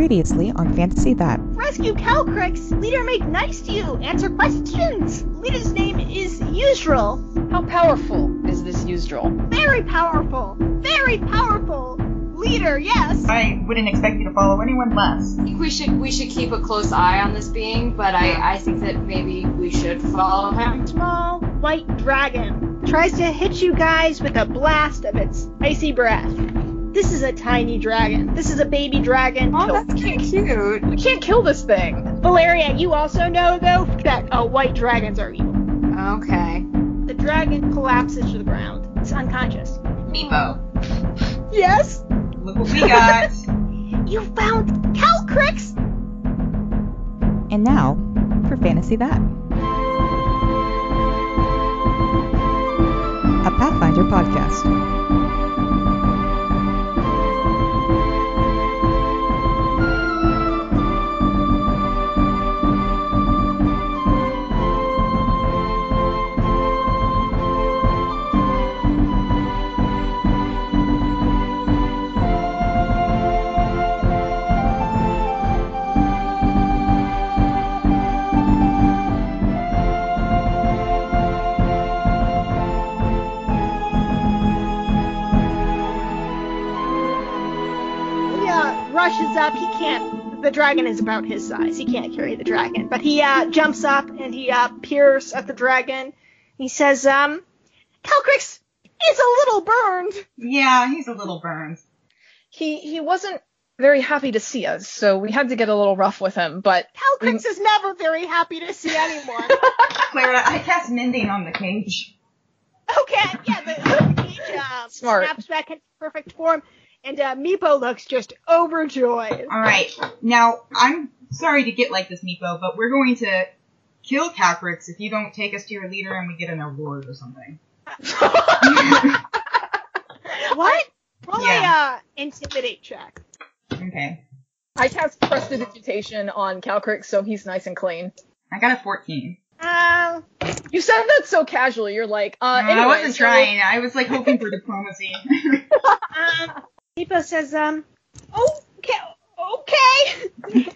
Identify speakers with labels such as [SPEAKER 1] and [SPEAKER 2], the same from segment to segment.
[SPEAKER 1] previously on Fantasy That.
[SPEAKER 2] Rescue Calcrex! Leader make nice to you! Answer questions! Leader's name is Usual!
[SPEAKER 3] How powerful is this Uzdril?
[SPEAKER 2] Very powerful! Very powerful! Leader, yes!
[SPEAKER 4] I wouldn't expect you to follow anyone less.
[SPEAKER 5] I think we should we should keep a close eye on this being, but I, I think that maybe we should follow him.
[SPEAKER 2] Small white dragon tries to hit you guys with a blast of its icy breath. This is a tiny dragon. This is a baby dragon.
[SPEAKER 3] Oh,
[SPEAKER 2] Kill.
[SPEAKER 3] that's kind of cute. We can't kill this thing.
[SPEAKER 2] Valeria, you also know though that uh, white dragons are evil.
[SPEAKER 3] Okay.
[SPEAKER 2] The dragon collapses to the ground. It's unconscious.
[SPEAKER 4] Meepo.
[SPEAKER 2] Yes.
[SPEAKER 4] Look what we got.
[SPEAKER 2] You found Calcrix.
[SPEAKER 1] And now for Fantasy That. A Pathfinder podcast.
[SPEAKER 2] He uh, rushes up. He can't. The dragon is about his size. He can't carry the dragon. But he uh, jumps up and he uh, peers at the dragon. He says, "Um, Calcrix is a little burned."
[SPEAKER 4] yeah, he's a little burned.
[SPEAKER 3] He he wasn't very happy to see us, so we had to get a little rough with him, but
[SPEAKER 2] Calcrix is never very happy to see anyone.
[SPEAKER 4] Clara, I cast mending on the cage.
[SPEAKER 2] okay, yeah, the, the cage uh,
[SPEAKER 3] Smart.
[SPEAKER 2] snaps back into perfect form, and uh, Meepo looks just overjoyed.
[SPEAKER 4] All right. Now, I'm sorry to get like this, Meepo, but we're going to kill Caprix if you don't take us to your leader and we get an award or something.
[SPEAKER 2] What? Roll
[SPEAKER 4] Yeah.
[SPEAKER 2] a uh, intimidate check.
[SPEAKER 4] okay.
[SPEAKER 3] I cast prestidigitation on Calcric, so he's nice and clean.
[SPEAKER 4] I got a 14.
[SPEAKER 2] Um,
[SPEAKER 3] You said that so casually. You're like, uh,
[SPEAKER 4] I
[SPEAKER 3] anyway,
[SPEAKER 4] wasn't
[SPEAKER 3] so-
[SPEAKER 4] trying. I was like hoping for diplomacy.
[SPEAKER 2] um, Meepo says, um, oh, okay, okay.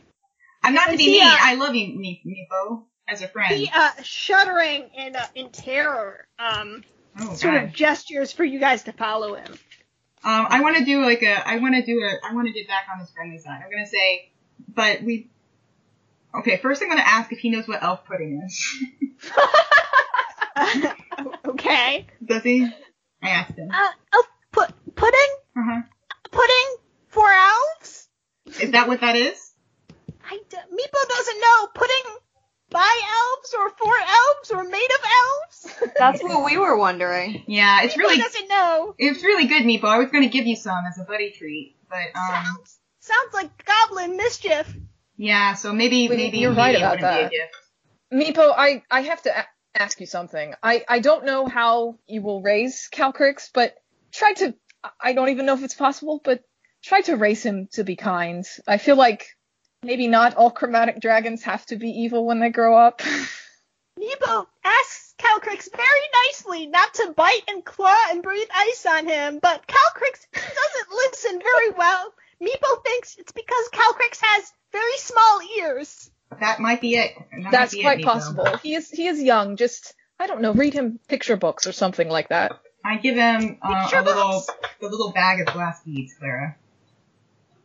[SPEAKER 4] I'm not to be
[SPEAKER 2] See,
[SPEAKER 4] mean.
[SPEAKER 2] uh,
[SPEAKER 4] I love you, Me- Meepo, as a friend.
[SPEAKER 2] He, uh, shuddering and uh, in terror, um,
[SPEAKER 4] oh,
[SPEAKER 2] sort
[SPEAKER 4] God.
[SPEAKER 2] of gestures for you guys to follow him.
[SPEAKER 4] Um, I want to do like a. I want to do a. I want to get back on his friendly side. I'm gonna say, but we. Okay, first I'm gonna ask if he knows what elf pudding is.
[SPEAKER 2] okay.
[SPEAKER 4] Does he? I asked him. Uh
[SPEAKER 2] Uh, oh, put, pudding?
[SPEAKER 4] huh.
[SPEAKER 2] Pudding for elves?
[SPEAKER 4] Is that what that is?
[SPEAKER 2] I d- Meepo doesn't know. Pudding by elves or for elves or made of elves?
[SPEAKER 5] That's what we were wondering.
[SPEAKER 4] Yeah, it's
[SPEAKER 2] Meepo
[SPEAKER 4] really.
[SPEAKER 2] doesn't know.
[SPEAKER 4] It's really good, Meepo. I was gonna give you some as a buddy treat, but um,
[SPEAKER 2] sounds, sounds like goblin mischief.
[SPEAKER 4] yeah. So maybe
[SPEAKER 3] Wait,
[SPEAKER 4] maybe
[SPEAKER 3] you're right
[SPEAKER 4] maybe it
[SPEAKER 3] about
[SPEAKER 4] wouldn't be a
[SPEAKER 3] that.
[SPEAKER 4] gift.
[SPEAKER 3] Meepo, I, I have to a- ask you something. I, I don't know how you will raise Calcrix, but try to. I don't even know if it's possible, but try to raise him to be kind. I feel like maybe not all chromatic dragons have to be evil when they grow up.
[SPEAKER 2] Meepo asks Calcrix very nicely not to bite and claw and breathe ice on him, but Calcrix doesn't listen very well. Meepo thinks it's because Calcrix has very small ears.
[SPEAKER 4] That might be it. That might
[SPEAKER 3] That's
[SPEAKER 4] be it,
[SPEAKER 3] quite
[SPEAKER 4] Meepo.
[SPEAKER 3] possible. He is he is young. Just I don't know. Read him picture books or something like that.
[SPEAKER 4] I give him uh,
[SPEAKER 2] Picture
[SPEAKER 4] a little
[SPEAKER 2] books.
[SPEAKER 4] the little bag of glass beads, Clara.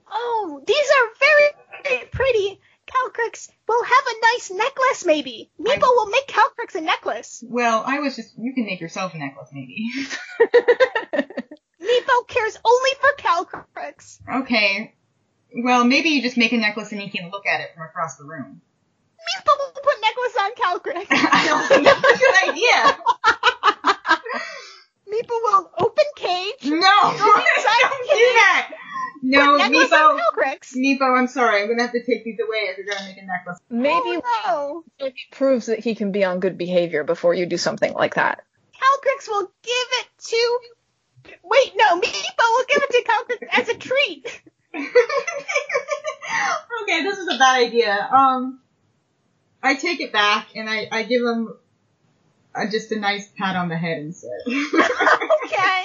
[SPEAKER 2] Oh, these are very, very pretty. Calcrix will have a nice necklace, maybe. Meepo will make Calcrix a necklace.
[SPEAKER 4] Well, I was just. You can make yourself a necklace, maybe.
[SPEAKER 2] Meepo cares only for Calcrix.
[SPEAKER 4] Okay. Well, maybe you just make a necklace and you can look at it from across the room.
[SPEAKER 2] Meepo will put necklace on Calcrix.
[SPEAKER 4] I don't think that's a good idea.
[SPEAKER 2] Meepo will open cage.
[SPEAKER 4] No,
[SPEAKER 2] Go inside
[SPEAKER 4] don't do that. No,
[SPEAKER 2] put necklace on
[SPEAKER 4] Meepo,
[SPEAKER 2] Calcrix.
[SPEAKER 4] Meepo, I'm sorry. I'm gonna have to take these away if you're gonna make a necklace.
[SPEAKER 3] Maybe
[SPEAKER 2] Oh,
[SPEAKER 3] it proves that he can be on good behavior before you do something like that.
[SPEAKER 2] no. Calcrix will give it to. Wait, no, Meepo will give it to Calcrix as a treat.
[SPEAKER 4] okay, this is a bad idea. Um, I take it back and I, I give him uh just a nice pat on the head instead.
[SPEAKER 2] Okay.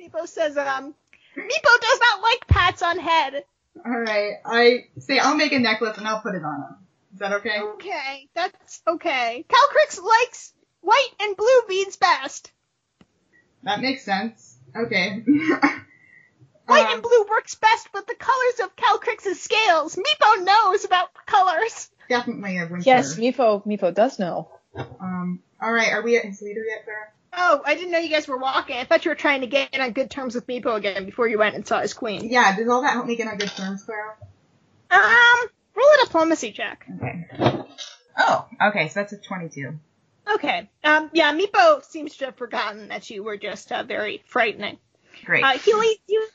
[SPEAKER 2] Meepo says, um, Meepo does not like pats on head.
[SPEAKER 4] Alright, I say I'll make a necklace and I'll put it on him. Is that okay?
[SPEAKER 2] Okay, that's okay. Calcrix likes white and blue beads best.
[SPEAKER 4] That makes sense. Okay.
[SPEAKER 2] White
[SPEAKER 4] Um,
[SPEAKER 2] and blue works best with the colors of Calcrix's scales. Meepo knows about colors.
[SPEAKER 4] Definitely a winter.
[SPEAKER 3] Yes, Mipo Mipo does know.
[SPEAKER 4] Um, alright, are we at his leader yet, Sarah?
[SPEAKER 2] Oh, I didn't know you guys were walking. I thought you were trying to get in on good terms with Meepo again before you went and saw his queen.
[SPEAKER 4] Yeah, does all that help me get on good terms, Sarah?
[SPEAKER 2] Um, roll a diplomacy check.
[SPEAKER 4] Okay. Oh, okay, so that's a 22.
[SPEAKER 2] Okay. Um, yeah, Meepo seems to have forgotten that you were just uh, very frightening.
[SPEAKER 4] Great.
[SPEAKER 2] Uh, he leads you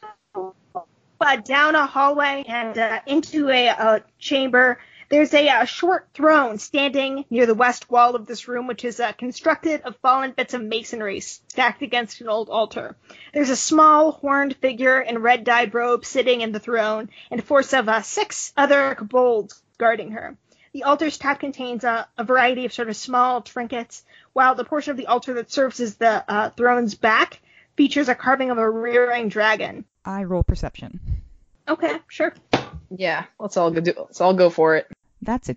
[SPEAKER 2] uh, down a hallway and uh, into a, uh chamber. There's a, uh short throne standing near the west wall of this room, which is uh, constructed of fallen bits of masonry stacked against an old altar. There's a small horned figure in red dyed robe sitting in the throne, and a force of uh, six other kobolds guarding her. The altar's top contains uh, a variety of sort of small trinkets, while the portion of the altar that serves as the uh, throne's back features a carving of a rearing dragon.
[SPEAKER 1] I roll perception.
[SPEAKER 2] Okay, sure.
[SPEAKER 3] Yeah, let's all go do. Let's all go for it.
[SPEAKER 1] That's a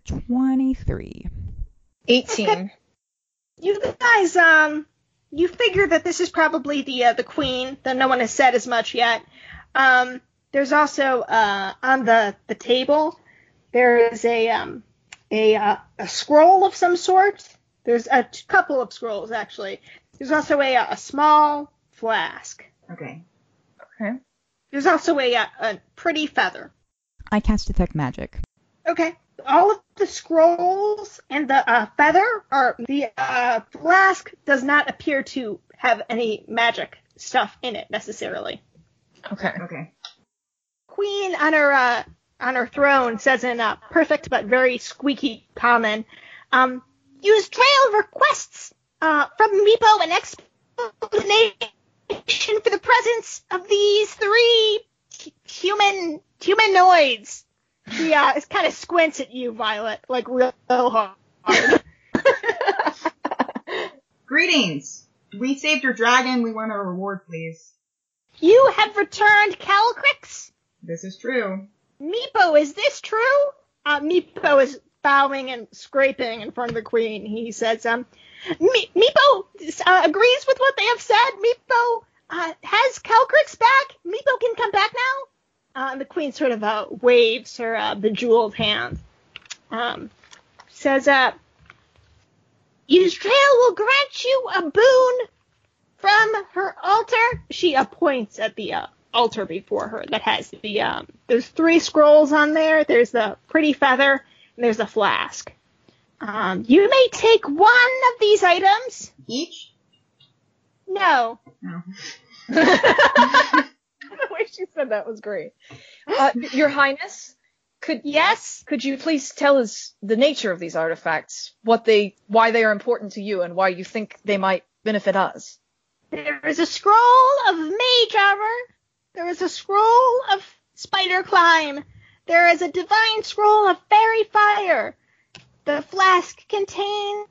[SPEAKER 1] 23.
[SPEAKER 3] Eighteen.
[SPEAKER 2] You guys, um, you figure that this is probably the uh, the queen. That no one has said as much yet. Um, there's also uh, on the the table there is a um a uh, a scroll of some sort. There's a t- couple of scrolls actually. There's also a uh, a small flask.
[SPEAKER 4] Okay.
[SPEAKER 3] okay.
[SPEAKER 2] There's also a uh, a pretty feather.
[SPEAKER 1] I cast Detect Magic.
[SPEAKER 2] Okay. All of the scrolls and the uh, feather are the uh, flask does not appear to have any magic stuff in it necessarily.
[SPEAKER 3] Okay.
[SPEAKER 4] Okay.
[SPEAKER 2] Queen on her uh, on her throne says in a perfect but very squeaky common, um, use trail requests uh, from Meepo and explanation for the presence of these three hu- human humanoids. She uh, kind of squints at you, Violet, like real hard.
[SPEAKER 4] Greetings! We saved your dragon. We want a reward, please.
[SPEAKER 2] You have returned Calcrix.
[SPEAKER 4] This is true.
[SPEAKER 2] Meepo, is this true? Uh, Meepo is bowing and scraping in front of the queen. He says, um, Me- Meepo uh, agrees with what they have said. Meepo uh, has Calcrix back. Meepo can come back now. Uh, and the queen sort of uh, waves her uh, bejeweled hand. Um, says, uh, Yuzdrail will grant you a boon from her altar. She uh, points at the uh, altar before her that has the um there's three scrolls on there there's the pretty feather and there's a flask um you may take one of these items
[SPEAKER 4] Each?
[SPEAKER 2] no
[SPEAKER 4] No.
[SPEAKER 3] the way she said that was great. Uh, Your Highness, could
[SPEAKER 2] yes
[SPEAKER 3] could you please tell us the nature of these artifacts, what they, why they are important to you, and why you think they might benefit us?
[SPEAKER 2] there is a scroll of mage armor there is a scroll of spider climb there is a divine scroll of fairy fire the flask contains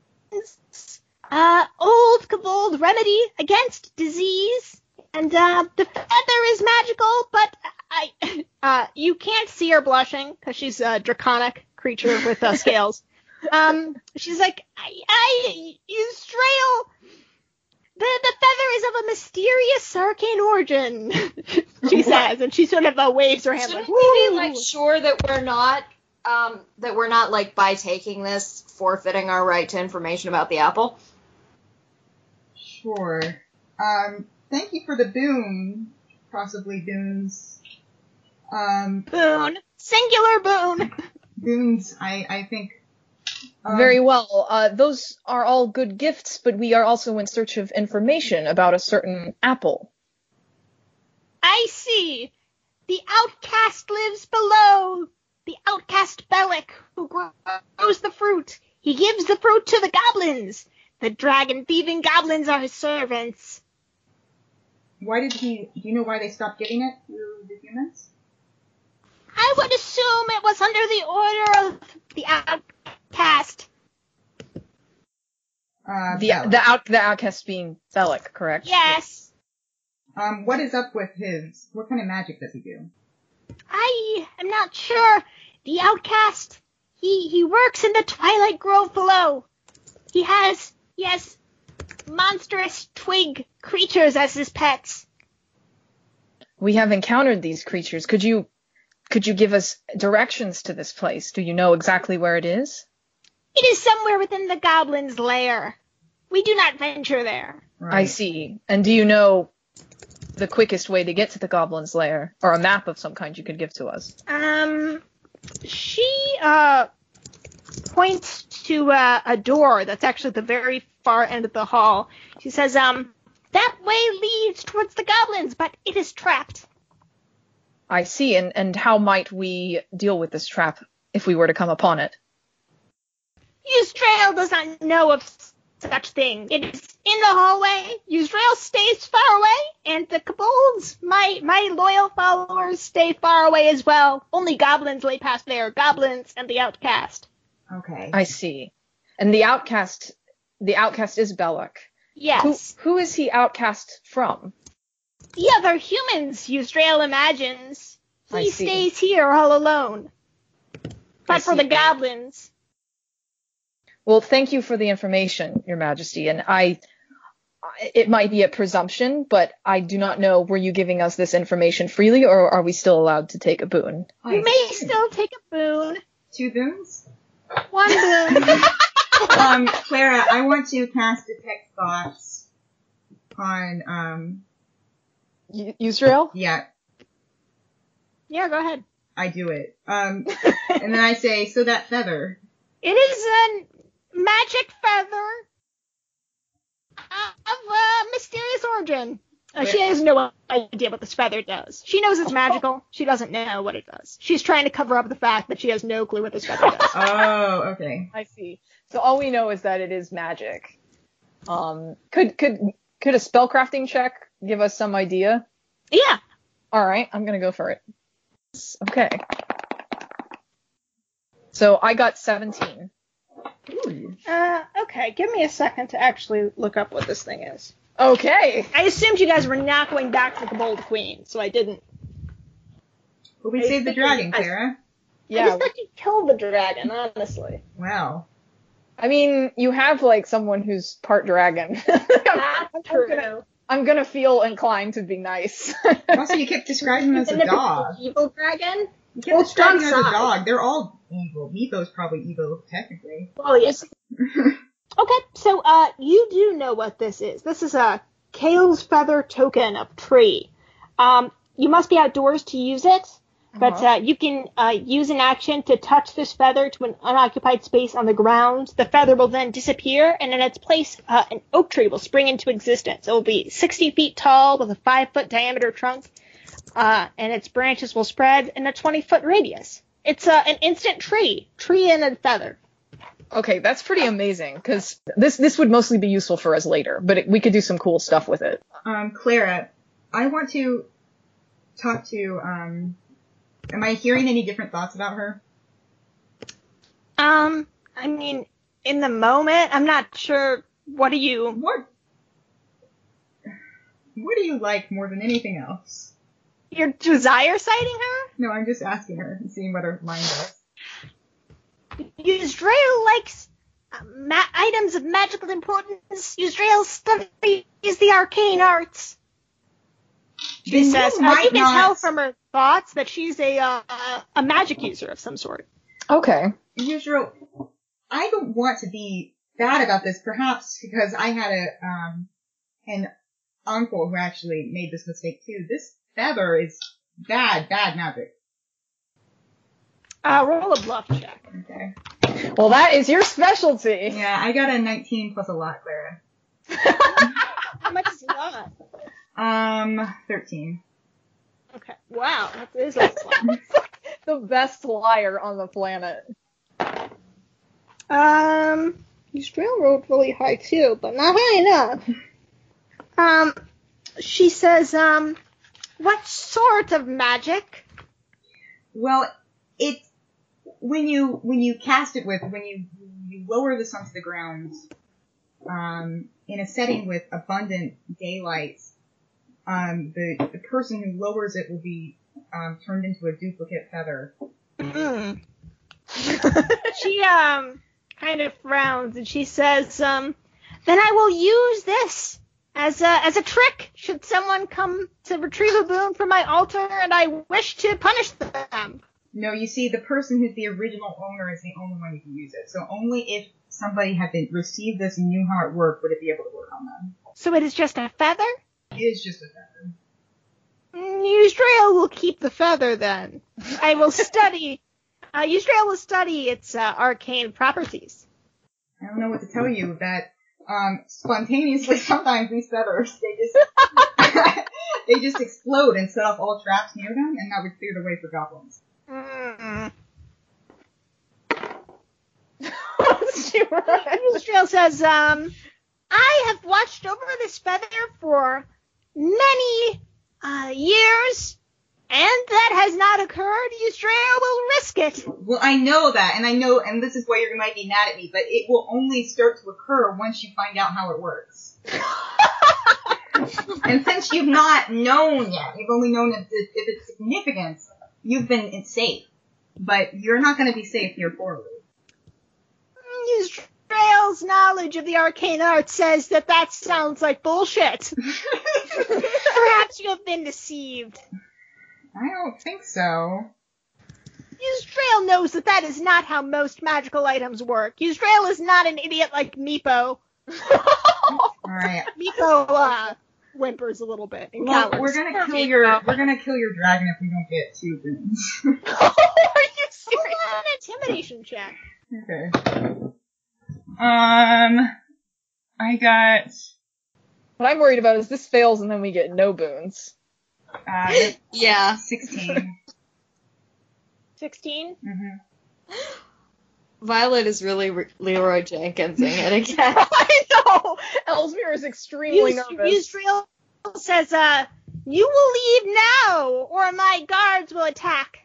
[SPEAKER 2] uh, old kobold remedy against disease, and uh, the feather is magical, but I, uh, you can't see her blushing because she's a draconic creature with uh, scales. Um, she's like, I, I, you strail. The, the feather is of a mysterious arcane origin, she says, and she sort of uh, waves her hand like,
[SPEAKER 5] Shouldn't we
[SPEAKER 2] "Woo!"
[SPEAKER 5] be like sure that we're not um, that we're not like by taking this forfeiting our right to information about the apple?
[SPEAKER 4] Sure. Um, thank you for the boon. Possibly boons. Um,
[SPEAKER 2] boon, singular boon.
[SPEAKER 4] boons, I, I think. Um,
[SPEAKER 3] Very well. Uh, those are all good gifts, but we are also in search of information about a certain apple.
[SPEAKER 2] I see. The outcast lives below. The outcast Belloc, who grows the fruit. He gives the fruit to the goblins. The dragon thieving goblins are his servants.
[SPEAKER 4] Why did he, do you know why they stopped giving it to the humans?
[SPEAKER 2] I would assume it was under the order of the outcast.
[SPEAKER 4] Uh,
[SPEAKER 3] The
[SPEAKER 4] Bella.
[SPEAKER 3] the out the outcast being Belloc, correct?
[SPEAKER 2] Yes.
[SPEAKER 4] Um, what is up with his? What kind of magic does he do?
[SPEAKER 2] I am not sure. The outcast. He he works in the Twilight Grove below. He has he has monstrous twig creatures as his pets.
[SPEAKER 3] We have encountered these creatures. Could you could you give us directions to this place? Do you know exactly where it is?
[SPEAKER 2] It is somewhere within the goblin's lair. We do not venture there.
[SPEAKER 3] I see. And do you know the quickest way to get to the goblin's lair or a map of some kind you could give to us?
[SPEAKER 2] Um, she uh points to uh, a door that's actually at the very far end of the hall. She says, um, that way leads towards the goblins, but it is trapped.
[SPEAKER 3] I see. And and how might we deal with this trap if we were to come upon it?
[SPEAKER 2] Yusdrael does not know of such thing. It is in the hallway. Yusdrael stays far away, and the kobolds, my my loyal followers, stay far away as well. Only goblins lay past there. Goblins and the outcast.
[SPEAKER 4] Okay.
[SPEAKER 3] I see. And the outcast the outcast is Belloc.
[SPEAKER 2] Yes,
[SPEAKER 3] Who who is he outcast from?
[SPEAKER 2] the other humans. Yusdrael imagines
[SPEAKER 3] I
[SPEAKER 2] he
[SPEAKER 3] see.
[SPEAKER 2] stays here all alone.
[SPEAKER 3] I
[SPEAKER 2] But for
[SPEAKER 3] see.
[SPEAKER 2] the goblins,
[SPEAKER 3] Well, thank you for the information, Your Majesty. And I, I- it might be a presumption, but I do not know. Were you giving us this information freely, or are we still allowed to take a boon?
[SPEAKER 2] you may
[SPEAKER 4] Nice.
[SPEAKER 2] still take a boon.
[SPEAKER 4] two boons.
[SPEAKER 2] One boon.
[SPEAKER 4] Um, Clara, I want to cast detect thoughts on um.
[SPEAKER 3] Y- Israel?
[SPEAKER 4] Yeah,
[SPEAKER 2] yeah, go ahead.
[SPEAKER 4] I do it. Um, and then I say, so that feather.
[SPEAKER 2] It is a magic feather of uh, mysterious origin. Uh, she has no idea what this feather does. She knows it's magical. She doesn't know what it does. She's trying to cover up the fact that she has no clue what this feather does.
[SPEAKER 4] Oh, okay.
[SPEAKER 3] I see. So all we know is that it is magic. Um, could could could a spellcrafting check give us some idea?
[SPEAKER 2] yeah.
[SPEAKER 3] All right, I'm gonna go for it. Okay. So I got 17.
[SPEAKER 4] Ooh.
[SPEAKER 2] Uh, okay. Give me a second to actually look up what this thing is.
[SPEAKER 3] Okay.
[SPEAKER 2] I assumed you guys were not going back to the Bold Queen, so I didn't.
[SPEAKER 4] But we
[SPEAKER 2] I
[SPEAKER 4] saved the
[SPEAKER 2] think
[SPEAKER 4] dragon,
[SPEAKER 2] I-
[SPEAKER 4] Clara.
[SPEAKER 2] I
[SPEAKER 3] Yeah.
[SPEAKER 2] just thought you killed the dragon, honestly.
[SPEAKER 4] Wow.
[SPEAKER 3] I mean, you have like someone who's part dragon.
[SPEAKER 2] Oh, That's
[SPEAKER 3] I'm gonna-
[SPEAKER 2] true.
[SPEAKER 3] I'm gonna feel inclined to be nice.
[SPEAKER 4] Also, you kept describing him as a dog.
[SPEAKER 2] Evil dragon?
[SPEAKER 4] You
[SPEAKER 2] Well,
[SPEAKER 4] kept describing him as a
[SPEAKER 2] dog-sized.
[SPEAKER 4] dog. They're all evil. Meepo's probably evil, technically.
[SPEAKER 2] Oh yes. Okay, so uh, you do know what this is. This is a Kale's feather token of tree. Um, you must be outdoors to use it, but uh you can uh, use an action to touch this feather to an unoccupied space on the ground. The feather will then disappear, and in its place, uh, an oak tree will spring into existence. It will be 60 feet tall with a 5 foot diameter trunk, uh, and its branches will spread in a 20 foot radius. It's uh, an instant tree, tree and a feather.
[SPEAKER 3] okay, that's pretty amazing because this this would mostly be useful for us later, but it, we could do some cool stuff with it.
[SPEAKER 4] Um, Clara, I want to talk to, um, am I hearing any different thoughts about her?
[SPEAKER 2] Um, I mean, in the moment, I'm not sure. What are you?
[SPEAKER 4] What? What do you like more than anything else?
[SPEAKER 2] Your desire citing her?
[SPEAKER 4] No, I'm just asking her and seeing what her mind does.
[SPEAKER 2] Yusdrael likes uh, ma- items of magical importance. Yusdrael studies the arcane arts. She
[SPEAKER 4] Then
[SPEAKER 2] says,
[SPEAKER 4] you
[SPEAKER 2] uh,
[SPEAKER 4] might
[SPEAKER 2] you can
[SPEAKER 4] not-
[SPEAKER 2] tell from her thoughts that she's a uh, a magic user of some sort.
[SPEAKER 3] Okay.
[SPEAKER 4] Yujiro, I don't want to be bad about this, perhaps because I had a um an uncle who actually made this mistake too. This feather is bad, bad magic.
[SPEAKER 2] Uh, roll a bluff check.
[SPEAKER 4] Okay.
[SPEAKER 3] Well, that is your specialty.
[SPEAKER 4] Yeah, I got a 19 plus a lot, Clara.
[SPEAKER 2] How much is lot?
[SPEAKER 4] Um, 13.
[SPEAKER 2] Okay. Wow, that is a lot.
[SPEAKER 3] the best liar on the planet.
[SPEAKER 2] Um, Yusdrail rolled really high too, but not high enough. Um, she says, um, what sort of magic?
[SPEAKER 4] Well, it when you when you cast it with when you you lower this onto the ground, um, in a setting with abundant daylight, um, the the person who lowers it will be um, turned into a duplicate feather.
[SPEAKER 2] she um kind of frowns and she says, um, "Then I will use this as a as a trick. Should someone come to retrieve a boon from my altar and I wish to punish them."
[SPEAKER 4] No, you see, the person who's the original owner is the only one who can use it. So only if somebody had been received this and knew how it worked would it be able to work on them.
[SPEAKER 2] So it is just a feather.
[SPEAKER 4] It is just a feather.
[SPEAKER 2] Mm, Yuzdrail will keep the feather then. I will study. Uh, Yuzdrail will study its uh, arcane properties.
[SPEAKER 4] I don't know what to tell you that um, spontaneously sometimes these feathers they just they just explode and set off all traps near them, and that would clear the way for goblins.
[SPEAKER 2] Mm.
[SPEAKER 3] She was-
[SPEAKER 2] Yuzdrail says, um, I have watched over this feather for many uh, years, and that has not occurred. Yuzdrail will risk it.
[SPEAKER 4] Well, I know that, and I know, and this is why you might be mad at me, but it will only start to occur once you find out how it works. and since you've not known yet, you've only known if, if its significance, you've been in- safe. But you're not going to be safe here forward.
[SPEAKER 2] Yuzdrail's knowledge of the arcane arts says that that sounds like bullshit. Perhaps you have been deceived.
[SPEAKER 4] I don't think so.
[SPEAKER 2] Yuzdrail knows that that is not how most magical items work. Yuzdrail is not an idiot like Meepo.
[SPEAKER 4] All right.
[SPEAKER 2] Meepo uh, whimpers a little bit and
[SPEAKER 4] Well,
[SPEAKER 2] cowers.
[SPEAKER 4] we're gonna kill your we're gonna kill your dragon if we don't get two boons.
[SPEAKER 3] Are you
[SPEAKER 2] Hold
[SPEAKER 3] serious?
[SPEAKER 2] on, an intimidation check.
[SPEAKER 4] Okay. Um, I got.
[SPEAKER 3] What I'm worried about is this fails and then we get no boons.
[SPEAKER 4] Uh,
[SPEAKER 5] Yeah.
[SPEAKER 4] 16.
[SPEAKER 2] 16.
[SPEAKER 4] hmm
[SPEAKER 5] Violet is really Re- Leroy Jenkinsing it again.
[SPEAKER 3] I know. Elsmere is extremely
[SPEAKER 2] Yuz-
[SPEAKER 3] nervous.
[SPEAKER 2] Yuzdrail says, uh, you will leave now or my guards will attack.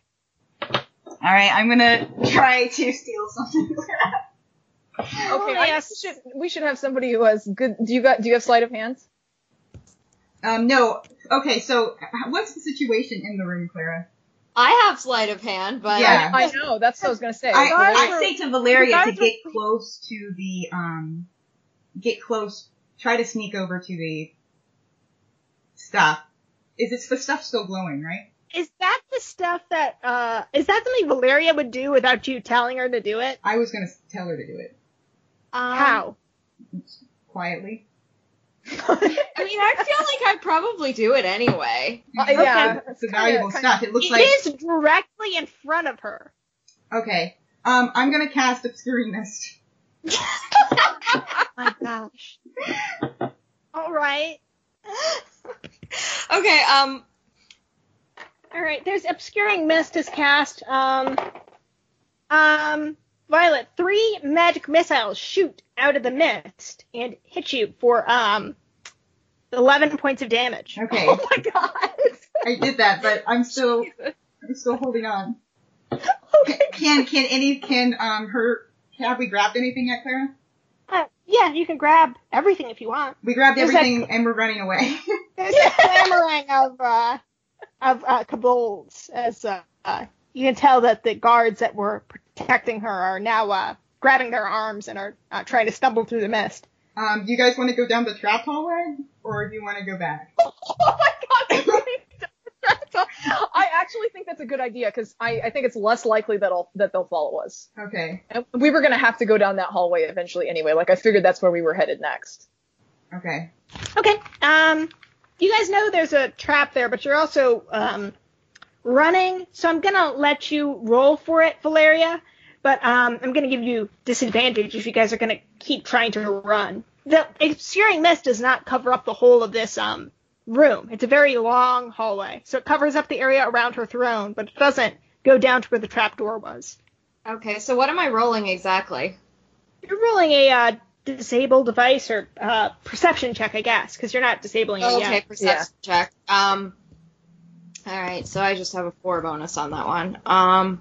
[SPEAKER 4] Alright, I'm gonna try to steal something.
[SPEAKER 3] okay,
[SPEAKER 2] Oh, yes.
[SPEAKER 3] I guess we should we should have somebody who has good. Do you got? Do you have sleight of hand?
[SPEAKER 4] um, no. Okay, so h- what's the situation in the room, Clara?
[SPEAKER 5] I have sleight of hand, but
[SPEAKER 4] Yeah.
[SPEAKER 3] I know. That's what I was gonna say.
[SPEAKER 4] I,
[SPEAKER 2] guards
[SPEAKER 4] I
[SPEAKER 2] were-
[SPEAKER 4] say to Valeria to
[SPEAKER 2] guards were-
[SPEAKER 4] get close to the, um, get close, try to sneak over to the stuff. Is it the stuff still glowing, right?
[SPEAKER 2] Is that the stuff that, uh, is that something Valeria would do without you telling her to do it?
[SPEAKER 4] I was gonna s- tell her to do it
[SPEAKER 5] um,
[SPEAKER 2] How?
[SPEAKER 4] quietly.
[SPEAKER 5] I mean, I feel like I'd probably do it anyway.
[SPEAKER 3] Uh, yeah,
[SPEAKER 4] it's,
[SPEAKER 3] it's
[SPEAKER 4] the
[SPEAKER 3] kinda-
[SPEAKER 4] valuable
[SPEAKER 3] kinda-
[SPEAKER 4] stuff. It
[SPEAKER 2] It
[SPEAKER 4] looks
[SPEAKER 2] is
[SPEAKER 4] like
[SPEAKER 2] directly in front of her.
[SPEAKER 4] okay. Um, I'm gonna cast Obscuring Mist.
[SPEAKER 2] my gosh. All right.
[SPEAKER 5] Okay, um,
[SPEAKER 2] All right. There's obscuring mist is cast. Um, um, Violet, three magic missiles shoot out of the mist and hit you for um, 11 points of damage.
[SPEAKER 4] Okay,
[SPEAKER 3] Oh my god.
[SPEAKER 4] I did that, but I'm still, I'm still holding on. Can can any can um her have we grabbed anything yet, Clara?
[SPEAKER 2] Uh, yeah, you can grab everything if you want.
[SPEAKER 4] We grabbed
[SPEAKER 2] There's
[SPEAKER 4] everything and we're running away.
[SPEAKER 2] There's a clamoring of uh, of uh, kobolds as uh, uh, you can tell that the guards that were protecting her are now uh, grabbing their arms and are uh, trying to stumble through the mist.
[SPEAKER 4] um, do you guys want to go down the trap hallway, or do you want to go back?
[SPEAKER 3] Oh my god. we really don't talk. I actually think that's a good idea because I, I think it's less likely that I'll, that they'll follow us.
[SPEAKER 4] Okay,
[SPEAKER 3] And we were gonna have to go down that hallway eventually anyway. Like I figured that's where we were headed next.
[SPEAKER 4] okay.
[SPEAKER 2] Okay. Um, you guys know there's a trap there, but you're also um, running, so I'm gonna let you roll for it, Valeria. But um, I'm gonna give you disadvantage if you guys are gonna keep trying to run. The obscuring mist does not cover up the whole of this um room. It's a very long hallway, so it covers up the area around her throne, but it doesn't go down to where the trap door was.
[SPEAKER 5] okay, so what am I rolling exactly?
[SPEAKER 2] You're rolling a uh, disable device or uh, perception check, I guess, because you're not disabling it yet.
[SPEAKER 5] Oh, okay, perception check. Um, alright, so I just have a 4 bonus on that one. Um,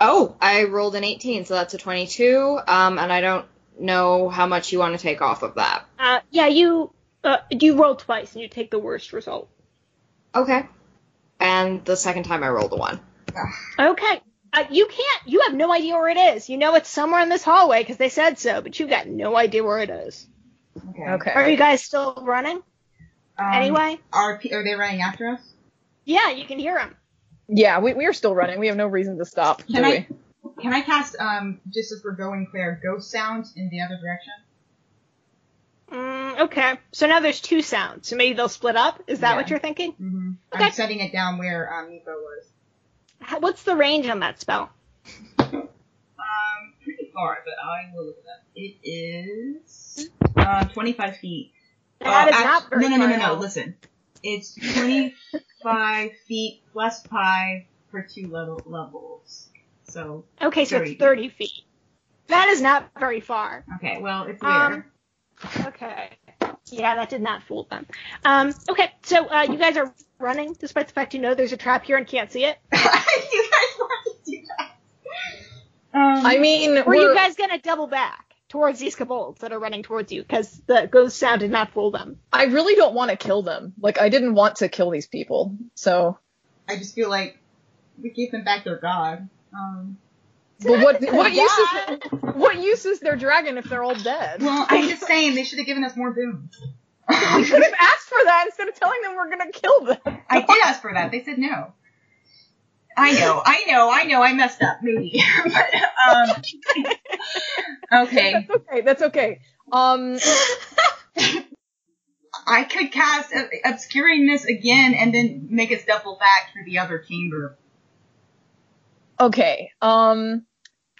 [SPEAKER 5] oh, I rolled an 18, so that's a 22, um, and I don't know how much you want to take off of that.
[SPEAKER 2] Uh, yeah, you uh, you roll twice and you take the worst result.
[SPEAKER 5] Okay. and the second time I rolled a one.
[SPEAKER 2] Okay. Uh, you can't. You have no idea where it is. You know it's somewhere in this hallway because they said so, but you got no idea where it is.
[SPEAKER 4] Okay.
[SPEAKER 3] Okay.
[SPEAKER 2] Are you guys still running?
[SPEAKER 4] Um,
[SPEAKER 2] anyway,
[SPEAKER 4] Are, pe- are they running after us?
[SPEAKER 2] yeah, you can hear them.
[SPEAKER 3] Yeah, we, we are still running. We have no reason to stop.
[SPEAKER 4] Can
[SPEAKER 3] do
[SPEAKER 4] I- Can I cast, um, just as we're going, Claire, ghost sounds in the other direction?
[SPEAKER 2] Mm, okay. So now there's two sounds. So maybe they'll split up. Is that
[SPEAKER 4] Yeah.
[SPEAKER 2] what you're thinking?
[SPEAKER 4] Mm-hmm.
[SPEAKER 2] Okay.
[SPEAKER 4] I'm setting it down where um, Nico was.
[SPEAKER 2] How- What's the range on that spell?
[SPEAKER 4] Um, pretty far, but I will look it up. It is uh, 25 feet.
[SPEAKER 2] That
[SPEAKER 4] Uh,
[SPEAKER 2] is
[SPEAKER 4] act-
[SPEAKER 2] not very
[SPEAKER 4] No, no, no,
[SPEAKER 2] far
[SPEAKER 4] no, no.
[SPEAKER 2] out.
[SPEAKER 4] Listen, it's 25 feet plus five for two level levels. So
[SPEAKER 2] Okay, so
[SPEAKER 4] 30
[SPEAKER 2] it's 30 feet. That is not very far.
[SPEAKER 4] okay, well it's there.
[SPEAKER 2] Um, Okay. Yeah, that did not fool them. Um, okay, so uh, you guys are running despite the fact you know there's a trap here and can't see it.
[SPEAKER 4] you guys want to do that? Um,
[SPEAKER 3] I mean,
[SPEAKER 2] Or are
[SPEAKER 3] we're-
[SPEAKER 2] you guys gonna double back towards these kobolds that are running towards you because the ghost sound did not fool them?
[SPEAKER 3] I really don't want to kill them. Like, I didn't want to kill these people. So,
[SPEAKER 4] I just feel like we gave them back their god. Um,
[SPEAKER 3] but what what
[SPEAKER 2] Yeah.
[SPEAKER 3] use is what use is their dragon if they're all dead?
[SPEAKER 4] well, I'm just saying they should have given us more boons.
[SPEAKER 3] we could have asked for that instead of telling them we're gonna kill them.
[SPEAKER 4] I did ask for that. They said no. I know, I know, I know. I messed up, maybe. but, um, okay,
[SPEAKER 3] That's okay. That's okay. Um,
[SPEAKER 4] I could cast uh, obscuring this again and then make us double back through the other chamber.
[SPEAKER 3] okay. Um,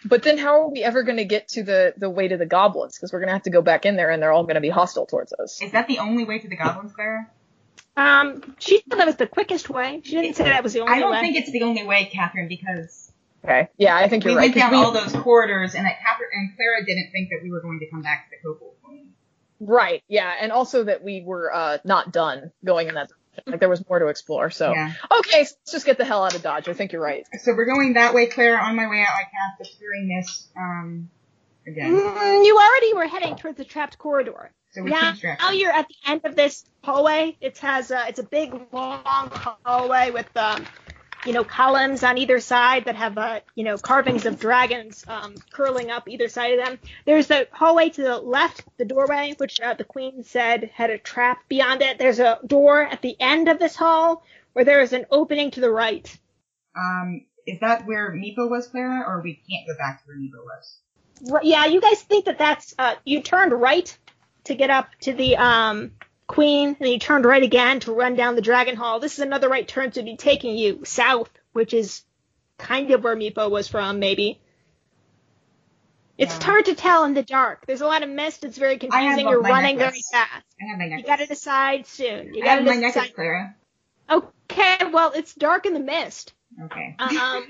[SPEAKER 3] but then how are we ever gonna get to the the way to the goblins? Because we're gonna have to go back in there, and they're all gonna be hostile towards us.
[SPEAKER 4] Is that the only way to the goblins, Clara?
[SPEAKER 2] Um, she thought that was the quickest way. She didn't say that was the only
[SPEAKER 4] I don't
[SPEAKER 2] way.
[SPEAKER 4] think it's the only way, Catherine, because
[SPEAKER 3] Okay. Yeah, I think you're
[SPEAKER 4] we
[SPEAKER 3] right.
[SPEAKER 4] went
[SPEAKER 3] 'cause
[SPEAKER 4] down
[SPEAKER 3] we-
[SPEAKER 4] all those corridors, and that Catherine and Clara didn't think that we were going to come back to the Cobalt. Queen.
[SPEAKER 3] Right. Yeah, and also that we were uh, not done going in that direction. Like there was more to explore. So
[SPEAKER 4] Yeah.
[SPEAKER 3] okay, so let's just get the hell out of Dodge. I think you're right.
[SPEAKER 4] So we're going that way, Clara. On my way out, I cast obscuring mist um, again.
[SPEAKER 2] Mm, you already were heading towards the trapped corridor.
[SPEAKER 4] So we
[SPEAKER 2] Now,
[SPEAKER 4] change direction.
[SPEAKER 2] now you're at the end of this hallway. It has a, it's a big long hallway with um, you know columns on either side that have uh, you know carvings of dragons um, curling up either side of them. There's the hallway to the left, the doorway which uh, the queen said had a trap beyond it. There's a door at the end of this hall where there is an opening to the right.
[SPEAKER 4] Um, is that where Meepo was, Clara, or we can't go back to where Meepo was?
[SPEAKER 2] Right, yeah, you guys think that that's uh, you turned right to get up to the um, queen, and then you turned right again to run down the dragon hall. This is another right turn to be taking you south, which is kind of where Meepo was from, maybe. It's
[SPEAKER 4] Yeah.
[SPEAKER 2] hard to tell in the dark. There's a lot of mist. It's very confusing.
[SPEAKER 4] both
[SPEAKER 2] You're
[SPEAKER 4] my
[SPEAKER 2] running
[SPEAKER 4] necklace.
[SPEAKER 2] very fast.
[SPEAKER 4] I have my
[SPEAKER 2] You
[SPEAKER 4] necklace.
[SPEAKER 2] gotta decide soon. You
[SPEAKER 4] I have
[SPEAKER 2] gotta
[SPEAKER 4] my
[SPEAKER 2] decide.
[SPEAKER 4] necklace, Clara.
[SPEAKER 2] Okay, well it's dark in the mist.
[SPEAKER 4] Okay.
[SPEAKER 2] Um,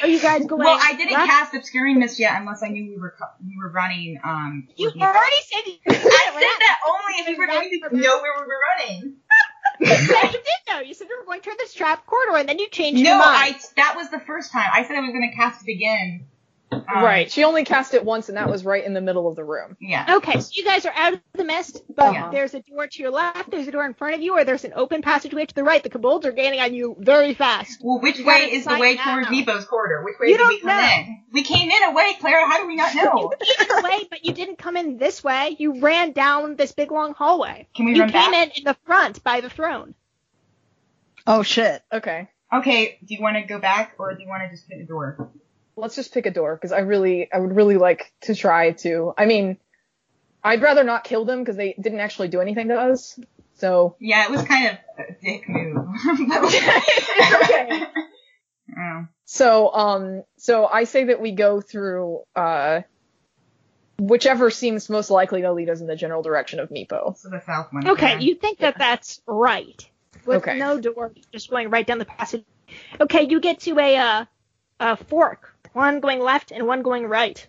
[SPEAKER 2] are you guys going?
[SPEAKER 4] well, I didn't
[SPEAKER 2] left?
[SPEAKER 4] cast obscuring mist yet, unless I knew we were co- we were running. Um,
[SPEAKER 2] You
[SPEAKER 4] with Meepo.
[SPEAKER 2] already said you. I
[SPEAKER 4] I said that only if we were going to know where we were running.
[SPEAKER 2] yeah, you did know. You said you were going to this trap corridor, and then you changed
[SPEAKER 4] No,
[SPEAKER 2] your
[SPEAKER 4] I.
[SPEAKER 2] mind.
[SPEAKER 4] That was the first time. I said I was going to cast it again. Um,
[SPEAKER 3] right. She only cast it once, and that was right in the middle of the room.
[SPEAKER 4] Yeah.
[SPEAKER 2] Okay, so you guys are out of the mist, but
[SPEAKER 3] Uh-huh.
[SPEAKER 2] there's a door to your left, there's a door in front of you, or there's an open passageway to the right. The kobolds are gaining on you very fast.
[SPEAKER 4] Well, which
[SPEAKER 2] You
[SPEAKER 4] way
[SPEAKER 2] gotta
[SPEAKER 4] is the
[SPEAKER 2] decide
[SPEAKER 4] way
[SPEAKER 2] now.
[SPEAKER 4] towards Meepo's corridor? Which way
[SPEAKER 2] You
[SPEAKER 4] did we
[SPEAKER 2] don't
[SPEAKER 4] come
[SPEAKER 2] know.
[SPEAKER 4] in? We came in a way, Clara. How do we not know?
[SPEAKER 2] Either way, but you didn't come in this way. You ran down this big long hallway.
[SPEAKER 4] Can we
[SPEAKER 2] you
[SPEAKER 4] run
[SPEAKER 2] came
[SPEAKER 4] back?
[SPEAKER 2] in in the front by the throne.
[SPEAKER 6] Oh shit.
[SPEAKER 3] Okay.
[SPEAKER 4] Okay. Do you want to go back, or do you want to just hit the door?
[SPEAKER 3] Let's just pick a door because I really, I would really like to try to. I mean, I'd rather not kill them because they didn't actually do anything to us. So
[SPEAKER 4] Yeah, it was kind of a dick move.
[SPEAKER 3] okay.
[SPEAKER 4] Oh.
[SPEAKER 3] So um so I say that we go through uh whichever seems most likely to lead us in the general direction of Meepo.
[SPEAKER 4] So the south one.
[SPEAKER 2] Okay,
[SPEAKER 4] yeah.
[SPEAKER 2] you think that that's right. With
[SPEAKER 3] Okay.
[SPEAKER 2] no door, just going right down the passage. Okay, you get to a, uh, a fork, one going left and one going right.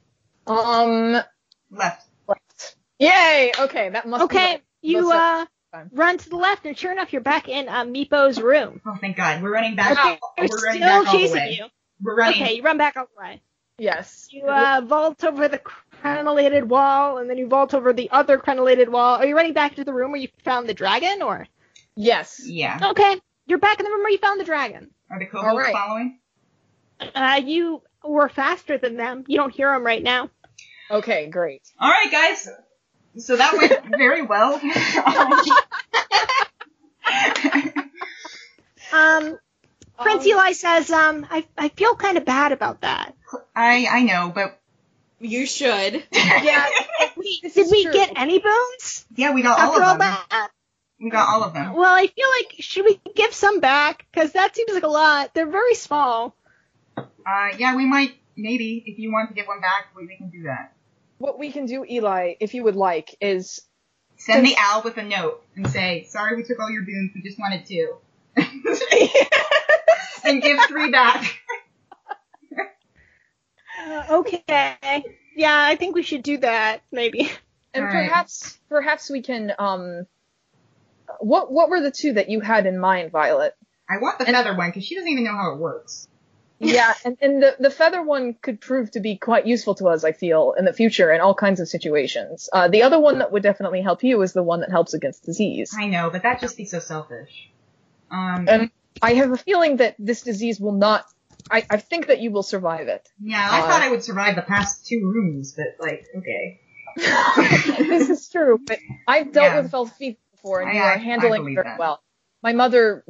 [SPEAKER 3] Um
[SPEAKER 4] left.
[SPEAKER 3] left. Yay! Okay, that must be
[SPEAKER 2] Okay,
[SPEAKER 3] right.
[SPEAKER 2] you uh
[SPEAKER 3] Must have-
[SPEAKER 2] run to the left, and sure enough, you're back in uh, Meepo's room.
[SPEAKER 4] Oh, thank God. We're running back.
[SPEAKER 2] Okay,
[SPEAKER 4] We're
[SPEAKER 2] they're
[SPEAKER 4] running back
[SPEAKER 2] still
[SPEAKER 4] all the
[SPEAKER 2] chasing
[SPEAKER 4] way.
[SPEAKER 2] you.
[SPEAKER 4] We're running.
[SPEAKER 2] Okay, you run back all the way.
[SPEAKER 3] Yes.
[SPEAKER 2] You uh, vault over the crenellated wall, and then you vault over the other crenellated wall. Are you running back to the room where you found the dragon, or?
[SPEAKER 3] yes.
[SPEAKER 4] Yeah.
[SPEAKER 2] Okay, You're back in the room where you found the dragon.
[SPEAKER 4] Are the kobolds
[SPEAKER 3] right.
[SPEAKER 4] following?
[SPEAKER 2] Uh, you were faster than them. You don't hear them right now.
[SPEAKER 3] Okay, great.
[SPEAKER 4] All right, guys. So that went very well. Um,
[SPEAKER 2] Um, Prince Eli says, um, I, I feel kind of bad about that.
[SPEAKER 4] I I know, but
[SPEAKER 5] You should.
[SPEAKER 3] Yeah. This
[SPEAKER 2] Did
[SPEAKER 3] is
[SPEAKER 2] we
[SPEAKER 3] true.
[SPEAKER 2] get any bones?
[SPEAKER 4] yeah, we got all
[SPEAKER 2] After all
[SPEAKER 4] of them.
[SPEAKER 2] that?
[SPEAKER 4] We got all of them.
[SPEAKER 2] Well, I feel like, should we give some back? Because that seems like a lot. They're very small.
[SPEAKER 4] Uh, yeah, we might maybe if you want to give one back, we, we can do that.
[SPEAKER 3] What we can do, Eli, if you would like, is
[SPEAKER 4] Send the owl with a note and say, "Sorry, we took all your boons. We just wanted two, and give three back."
[SPEAKER 2] Uh, okay. Yeah, I think we should do that, maybe.
[SPEAKER 3] and
[SPEAKER 4] All right.
[SPEAKER 3] perhaps perhaps we can um what what were the two that you had in mind, Violet?
[SPEAKER 4] I want the feather one because she doesn't even know how it works.
[SPEAKER 3] Yeah, and, and the the feather one could prove to be quite useful to us, I feel, in the future in all kinds of situations. Uh, the other one that would definitely help you is the one that helps against disease.
[SPEAKER 4] I know, but that just be so selfish. Um,
[SPEAKER 3] And I have a feeling that this disease will not. I, I think that you will survive it.
[SPEAKER 4] yeah, I
[SPEAKER 3] uh,
[SPEAKER 4] thought I would survive the past two rooms, but like, okay.
[SPEAKER 3] this is true, but I've dealt
[SPEAKER 4] Yeah.
[SPEAKER 3] with felt feet before, and
[SPEAKER 4] I-
[SPEAKER 3] you are
[SPEAKER 4] I- I
[SPEAKER 3] handling it
[SPEAKER 4] believe
[SPEAKER 3] very
[SPEAKER 4] that.
[SPEAKER 3] well. My mother,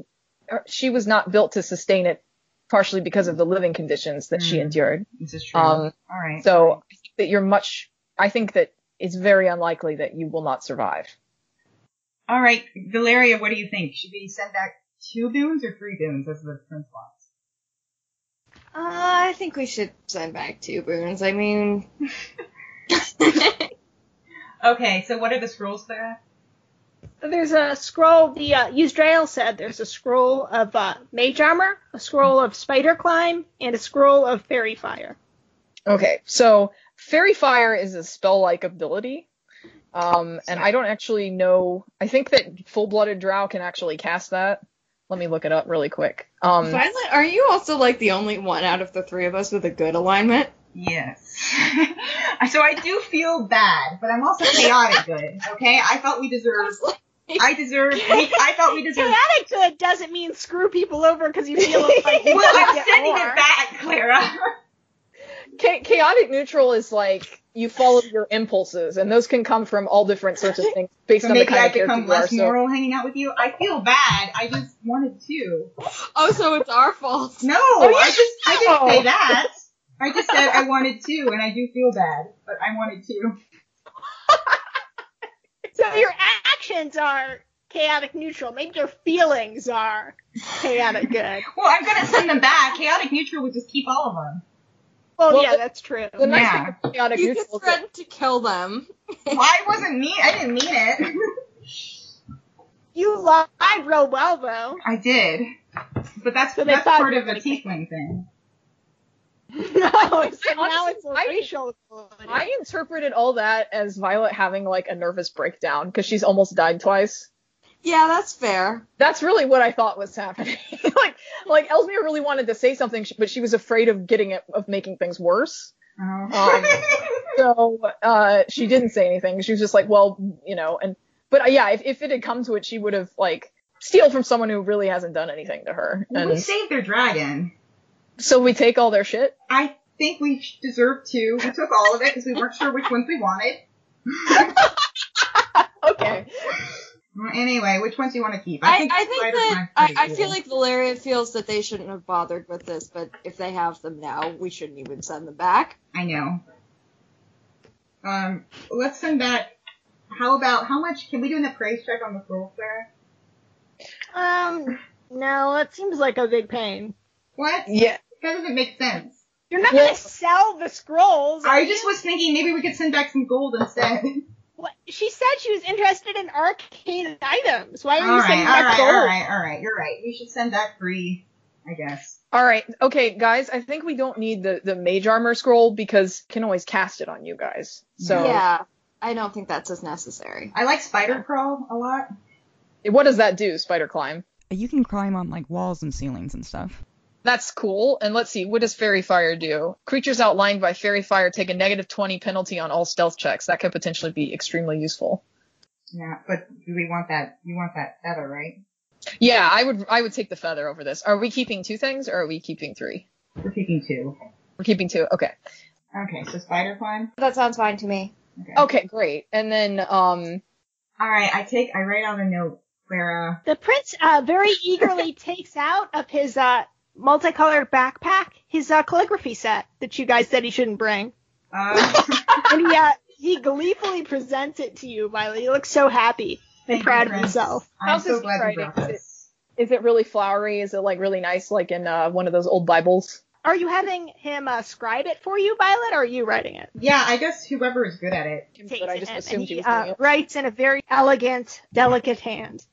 [SPEAKER 3] her- she was not built to sustain it, partially because of the living conditions that she
[SPEAKER 4] Mm.
[SPEAKER 3] endured.
[SPEAKER 4] This is true.
[SPEAKER 3] Um,
[SPEAKER 4] All right.
[SPEAKER 3] so I think that you're much. I think that it's very unlikely that you will not survive.
[SPEAKER 4] All right, Valeria, what do you think? Should we send back two boons or three boons as the prince wants?
[SPEAKER 5] Uh, I think we should send back two boons. I mean,
[SPEAKER 4] Okay, so what are the scrolls, Clara?
[SPEAKER 2] There's a scroll. The uh, Yuzdrail said there's a scroll of uh, mage armor, a scroll of spider climb, and a scroll of fairy fire.
[SPEAKER 3] Okay, so Fairy Fire is a spell-like ability, um, and I don't actually know. I think that full-blooded Drow can actually cast that. Let me look it up really quick. Um,
[SPEAKER 5] Violet, are you also like the only one out of the three of us with a good alignment?
[SPEAKER 4] Yes. so I do feel bad, but I'm also chaotic good. Okay, I felt we deserve. I deserve. We, I felt we deserve.
[SPEAKER 2] Chaotic good doesn't mean screw people over because you feel like you
[SPEAKER 4] Well,
[SPEAKER 2] can't
[SPEAKER 4] I'm
[SPEAKER 2] get
[SPEAKER 4] sending
[SPEAKER 2] more.
[SPEAKER 4] it back, Clara.
[SPEAKER 3] cha- chaotic neutral is like you follow your impulses, and those can come from all different sorts of things based
[SPEAKER 4] So
[SPEAKER 3] on the
[SPEAKER 4] maybe
[SPEAKER 3] kind
[SPEAKER 4] I
[SPEAKER 3] of character
[SPEAKER 4] become
[SPEAKER 3] you are.
[SPEAKER 4] less
[SPEAKER 3] So
[SPEAKER 4] moral hanging out with you. I feel bad. I just wanted to.
[SPEAKER 5] Oh, so it's our fault.
[SPEAKER 4] No,
[SPEAKER 3] Oh,
[SPEAKER 4] I just. I didn't say that. I just said I wanted to, and I do feel bad, but I wanted to.
[SPEAKER 2] So your actions are chaotic neutral. Maybe your feelings are chaotic good.
[SPEAKER 4] Well, I'm gonna send them back. Chaotic neutral would just keep all of them.
[SPEAKER 2] Well,
[SPEAKER 3] Well,
[SPEAKER 2] yeah,
[SPEAKER 3] the-
[SPEAKER 2] that's true.
[SPEAKER 3] the nice
[SPEAKER 4] Yeah.
[SPEAKER 3] thing about chaotic
[SPEAKER 5] You
[SPEAKER 3] neutral
[SPEAKER 5] just
[SPEAKER 3] is that
[SPEAKER 5] threatened to kill them.
[SPEAKER 4] Why wasn't me? I didn't mean it.
[SPEAKER 2] you lied real well, though.
[SPEAKER 4] I did, but that's
[SPEAKER 2] So they
[SPEAKER 4] that's
[SPEAKER 2] thought
[SPEAKER 4] part
[SPEAKER 2] you
[SPEAKER 4] of the
[SPEAKER 2] were
[SPEAKER 4] tiefling thing.
[SPEAKER 2] No, it's, now
[SPEAKER 3] honestly-
[SPEAKER 2] it's a
[SPEAKER 3] I-
[SPEAKER 2] racial ability.
[SPEAKER 3] I interpreted all that as Violet having like a nervous breakdown because she's almost died twice.
[SPEAKER 5] Yeah, that's fair.
[SPEAKER 3] That's really what I thought was happening. like, like Elsmere really wanted to say something, sh- but she was afraid of getting it, of making things worse.
[SPEAKER 5] Oh,
[SPEAKER 3] Um, So uh, she didn't say anything. She was just like, well, you know, and but uh, yeah, if, if it had come to it, she would have like steal from someone who really hasn't done anything to her.
[SPEAKER 4] Well, we
[SPEAKER 3] And
[SPEAKER 4] saved their dragon.
[SPEAKER 3] so we take all their shit.
[SPEAKER 4] I think we sh- deserve to. We took all of it because we weren't sure which ones we wanted.
[SPEAKER 3] Okay.
[SPEAKER 4] Well, Anyway, which ones do you want to keep?
[SPEAKER 5] I, I think
[SPEAKER 4] spider
[SPEAKER 5] that
[SPEAKER 4] mine's
[SPEAKER 5] I,
[SPEAKER 4] pretty
[SPEAKER 5] I
[SPEAKER 4] cool.
[SPEAKER 5] feel like Valeria feels that they shouldn't have bothered with this, but if they have them now, we shouldn't even send them back.
[SPEAKER 4] I know. Um, let's send back. How about how much can we do an appraise check on the scroll, Clara?
[SPEAKER 2] Um, no, that seems like a big pain.
[SPEAKER 4] What?
[SPEAKER 3] Yeah.
[SPEAKER 4] That doesn't make sense.
[SPEAKER 2] You're not
[SPEAKER 3] Well-
[SPEAKER 2] gonna sell the scrolls. are
[SPEAKER 4] I
[SPEAKER 2] you?
[SPEAKER 4] just was thinking maybe we could send back some gold instead.
[SPEAKER 2] What? She said she was interested in arcane items. Why are
[SPEAKER 4] all
[SPEAKER 2] you
[SPEAKER 4] right,
[SPEAKER 2] saying
[SPEAKER 4] all
[SPEAKER 2] that
[SPEAKER 4] right,
[SPEAKER 2] gold?
[SPEAKER 4] all right, all right. You're right. We should send back three, I guess.
[SPEAKER 3] All right. Okay, guys. I think we don't need the the mage armor scroll because can always cast it on you guys. So
[SPEAKER 5] Yeah, I don't think that's as necessary.
[SPEAKER 4] I like spider crawl a lot.
[SPEAKER 3] what does that do? Spider climb.
[SPEAKER 1] You can climb on like walls and ceilings and stuff.
[SPEAKER 3] That's cool. And let's see, what does Fairy Fire do? Creatures outlined by Fairy Fire take a negative 20 penalty on all stealth checks. That could potentially be extremely useful.
[SPEAKER 4] Yeah, but do we want that? You want that feather, right?
[SPEAKER 3] Yeah, I would I would take the feather over this. Are we keeping two things or are we keeping three?
[SPEAKER 4] We're keeping two.
[SPEAKER 3] We're keeping two. Okay.
[SPEAKER 4] Okay, so spider climb.
[SPEAKER 5] That sounds fine to me.
[SPEAKER 4] Okay.
[SPEAKER 3] Okay, great. And then um
[SPEAKER 4] All right, I take. I write on a note where uh,
[SPEAKER 2] The prince uh, very eagerly takes out of his uh, multicolored backpack his uh, calligraphy set that you guys said he shouldn't bring,
[SPEAKER 4] uh
[SPEAKER 2] and he uh, he gleefully presents it to you, Miley. He looks so happy and
[SPEAKER 4] Thank you,
[SPEAKER 2] proud of
[SPEAKER 4] Prince.
[SPEAKER 2] himself.
[SPEAKER 4] I'm
[SPEAKER 3] How's
[SPEAKER 4] so
[SPEAKER 3] this
[SPEAKER 4] glad you brought
[SPEAKER 3] Friday?
[SPEAKER 4] this.
[SPEAKER 3] is it really flowery? Is it like really nice like in uh, one of those old Bibles?
[SPEAKER 2] Are you having him uh, scribe it for you, Violet, or are you writing it?
[SPEAKER 4] Yeah, I guess whoever is good at it.
[SPEAKER 2] Takes
[SPEAKER 3] but I
[SPEAKER 2] it
[SPEAKER 3] just
[SPEAKER 2] in,
[SPEAKER 3] assumed
[SPEAKER 2] and
[SPEAKER 3] he
[SPEAKER 2] he
[SPEAKER 3] was doing
[SPEAKER 2] uh,
[SPEAKER 3] it.
[SPEAKER 2] writes in a very elegant, delicate hand.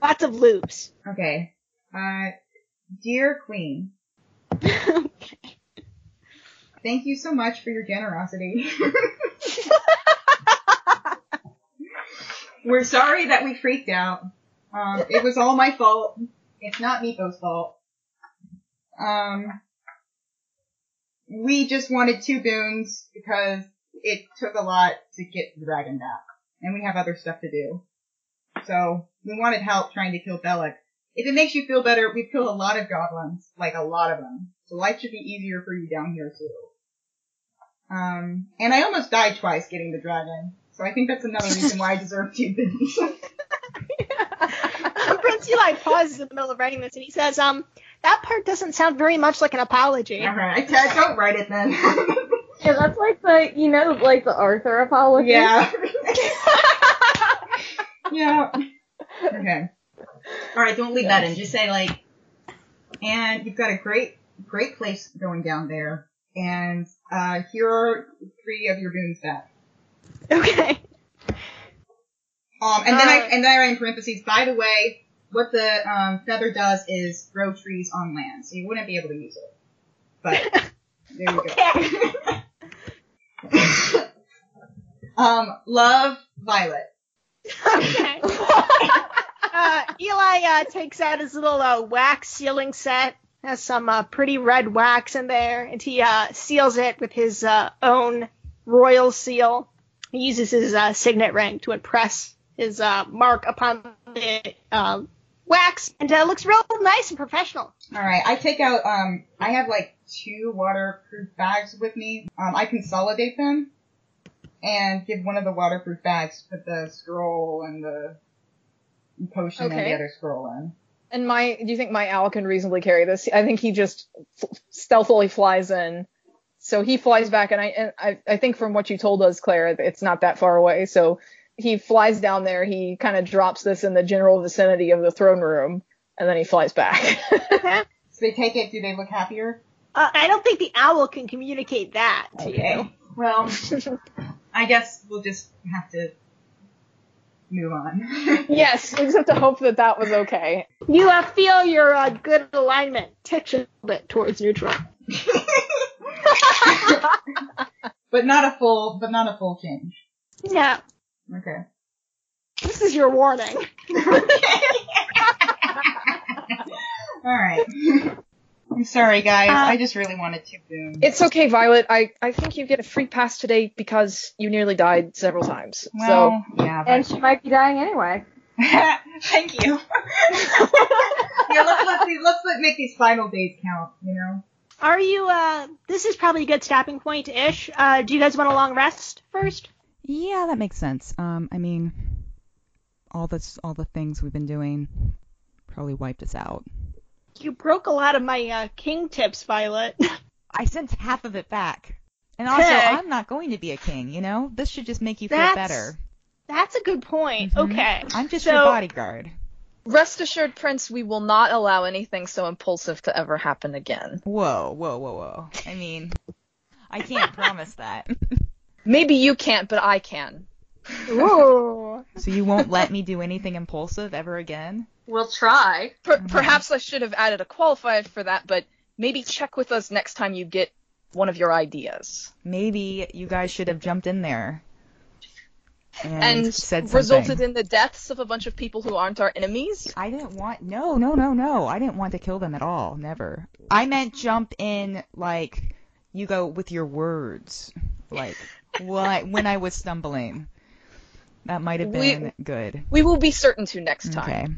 [SPEAKER 2] Lots of loops.
[SPEAKER 4] Okay. Uh, dear Queen, thank you so much for your generosity. We're sorry that we freaked out. Um, it was all my fault. It's not Miko's fault. Um, we just wanted two boons because it took a lot to get the dragon back, and we have other stuff to do. So we wanted help trying to kill Belloc. If it makes you feel better, we've killed a lot of goblins, like a lot of them. So life should be easier for you down here too. Um, and I almost died twice getting the dragon, so I think that's another reason why I deserve two boons.
[SPEAKER 2] And Prince Eli pauses in the middle of writing this, and he says, "Um, that part doesn't sound very much like an apology."
[SPEAKER 4] All right, I don't write it then.
[SPEAKER 7] Yeah, that's like the you know like the Arthur apology.
[SPEAKER 4] yeah. yeah. Okay. All right, don't leave that in. Just say like, and you've got a great, great place going down there. And uh, here are three of your boons back.
[SPEAKER 2] Okay.
[SPEAKER 4] Um, and then I
[SPEAKER 2] Alright.
[SPEAKER 4] and then I write in parentheses. By the way, what the um, feather does is grow trees on land, so you wouldn't be able to use it. But there you go. um, love Violet.
[SPEAKER 2] Okay. uh, Eli uh, takes out his little uh, wax sealing set. Has some uh, pretty red wax in there, and he uh, seals it with his uh, own royal seal. He uses his uh, signet ring to impress his uh, mark upon the uh, wax, and uh, looks real nice and professional.
[SPEAKER 4] All right, I take out. Um, I have like two waterproof bags with me. Um, I consolidate them and give one of the waterproof bags with the scroll and the potion and
[SPEAKER 3] Okay.
[SPEAKER 4] the other scroll in.
[SPEAKER 3] And my do you think my owl can reasonably carry this? I think he just f- stealthily flies in. So he flies back and I and I, I think from what you told us Claire it's not that far away. So he flies down there, he kind of drops this in the general vicinity of the throne room and then he flies back.
[SPEAKER 4] So they take it. Do they look happier?
[SPEAKER 2] Uh, I don't think the owl can communicate that to you.
[SPEAKER 4] Okay. Well, I guess we'll just have to move on.
[SPEAKER 3] yes, we just have to hope that that was okay.
[SPEAKER 2] You uh, feel your uh, good alignment tick a little bit towards neutral.
[SPEAKER 4] but not a full, but not a full change.
[SPEAKER 2] Yeah,
[SPEAKER 4] Okay.
[SPEAKER 2] this is your warning.
[SPEAKER 4] All right. I'm sorry, guys.
[SPEAKER 2] Uh,
[SPEAKER 4] I just really wanted to boom.
[SPEAKER 3] It's okay, Violet. I, I think you get a free pass today because you nearly died several times. so
[SPEAKER 4] well, yeah. But...
[SPEAKER 7] And she might be dying anyway.
[SPEAKER 4] Thank you. yeah, let's let's, see, let's let make these final days count. You know.
[SPEAKER 2] Are you? Uh, this is probably a good stopping point ish. Uh, do you guys want a long rest first?
[SPEAKER 1] Yeah, that makes sense. Um, I mean, all this, all the things we've been doing, probably wiped us out.
[SPEAKER 2] You broke a lot of my uh, king tips, Violet.
[SPEAKER 1] I sent half of it back, and also
[SPEAKER 2] Okay.
[SPEAKER 1] I'm not going to be a king. You know, this should just make you feel
[SPEAKER 2] That's-
[SPEAKER 1] better.
[SPEAKER 2] That's a good point.
[SPEAKER 1] Mhm.
[SPEAKER 2] Okay.
[SPEAKER 1] I'm just
[SPEAKER 2] so-
[SPEAKER 1] your bodyguard.
[SPEAKER 3] rest assured, Prince, we will not allow anything so impulsive to ever happen again.
[SPEAKER 1] Whoa, whoa, whoa, whoa. I mean, I can't promise that.
[SPEAKER 3] Maybe you can't, but I can.
[SPEAKER 2] Ooh.
[SPEAKER 1] So you won't let me do anything impulsive ever again?
[SPEAKER 5] We'll try.
[SPEAKER 3] Per-
[SPEAKER 1] Mm-hmm.
[SPEAKER 3] Perhaps I should have added a qualifier for that, but maybe check with us next time you get one of your ideas
[SPEAKER 1] Maybe you guys should have jumped in there and,
[SPEAKER 3] and
[SPEAKER 1] said something.
[SPEAKER 3] resulted in the deaths of a bunch of people who aren't our enemies.
[SPEAKER 1] I didn't want no, no, no, no. I didn't want to kill them at all. Never. I meant jump in like you go with your words. Like what when I was stumbling. That might have
[SPEAKER 3] We-
[SPEAKER 1] been good.
[SPEAKER 3] We will be certain to next time.
[SPEAKER 1] Okay.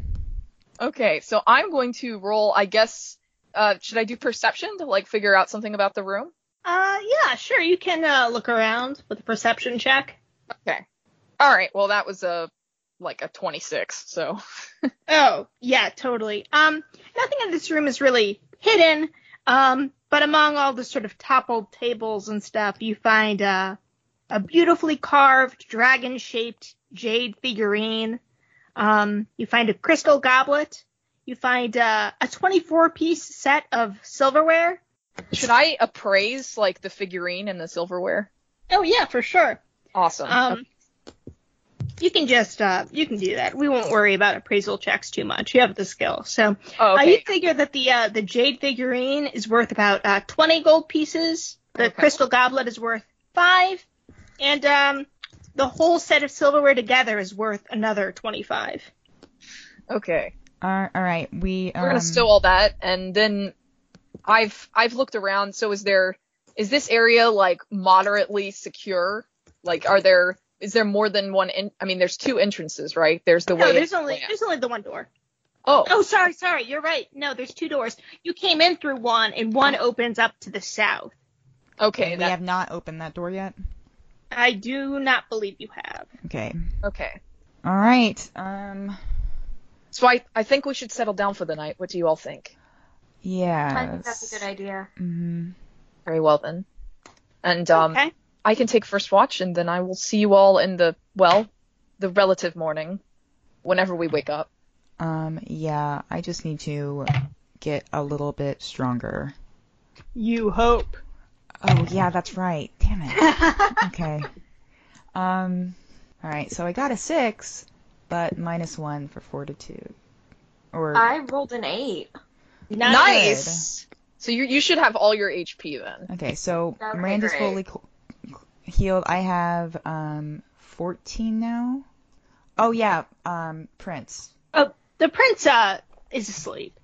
[SPEAKER 3] Okay, so I'm going to roll. I guess uh, should I do perception to like figure out something about the room?
[SPEAKER 2] Uh, yeah, sure. You can uh, look around with a perception check.
[SPEAKER 3] Okay. All right. Well, that was a like a 26. So
[SPEAKER 2] Oh, yeah, totally. Um, nothing in this room is really hidden. Um, but among all the sort of toppled tables and stuff, you find uh, a beautifully carved dragon-shaped jade figurine. Um, you find a crystal goblet. You find uh, a 24-piece set of silverware.
[SPEAKER 3] should I appraise like the figurine and the silverware?
[SPEAKER 2] Oh yeah, for sure.
[SPEAKER 3] Awesome.
[SPEAKER 2] Um, you can just uh, you can do that. We won't worry about appraisal checks too much. You have the skill, so
[SPEAKER 3] oh,
[SPEAKER 2] Uh,
[SPEAKER 3] okay.
[SPEAKER 2] you figure that the uh, the jade figurine is worth about uh, 20 gold pieces. The
[SPEAKER 3] Okay.
[SPEAKER 2] crystal goblet is worth five, and um, the whole set of silverware together is worth another 25.
[SPEAKER 3] okay.
[SPEAKER 1] All all right, we
[SPEAKER 3] We're gonna
[SPEAKER 1] um,
[SPEAKER 3] stow all that, and then I've I've looked around. So is there is this area like moderately secure? Like, are there is there more than one? En- I mean, there's two entrances, right? There's the
[SPEAKER 2] No,
[SPEAKER 3] way.
[SPEAKER 2] there's
[SPEAKER 3] in-
[SPEAKER 2] only there's only the one door.
[SPEAKER 3] oh,
[SPEAKER 2] Oh, sorry, sorry, you're right. No, there's two doors. You came in through one, and one opens up to the south.
[SPEAKER 3] Oh, okay.
[SPEAKER 1] we
[SPEAKER 3] That,
[SPEAKER 1] have not opened that door yet.
[SPEAKER 2] I do not believe you have.
[SPEAKER 1] Okay.
[SPEAKER 3] Okay.
[SPEAKER 1] All right. Um.
[SPEAKER 3] So I I think we should settle down for the night. What do you all think?
[SPEAKER 1] Yeah.
[SPEAKER 8] I think that's a good idea.
[SPEAKER 1] hmm
[SPEAKER 3] Very well then. And um,
[SPEAKER 2] okay.
[SPEAKER 3] I can take first watch, and then I will see you all in the well, the relative morning, whenever we wake up.
[SPEAKER 1] Um. Yeah. I just need to get a little bit stronger.
[SPEAKER 2] You hope.
[SPEAKER 1] Oh yeah, that's right. Damn it. okay. Um. All right. So I got a six, but minus one for fortitude. Or
[SPEAKER 8] I rolled an eight.
[SPEAKER 2] Not
[SPEAKER 3] Nice. So you you should have all your HP then.
[SPEAKER 1] okay. So
[SPEAKER 8] That'd be
[SPEAKER 1] Miranda's
[SPEAKER 8] great.
[SPEAKER 1] fully co- healed. I have um 14 now. Oh yeah. Um. Prince.
[SPEAKER 2] Oh, The prince uh, is asleep.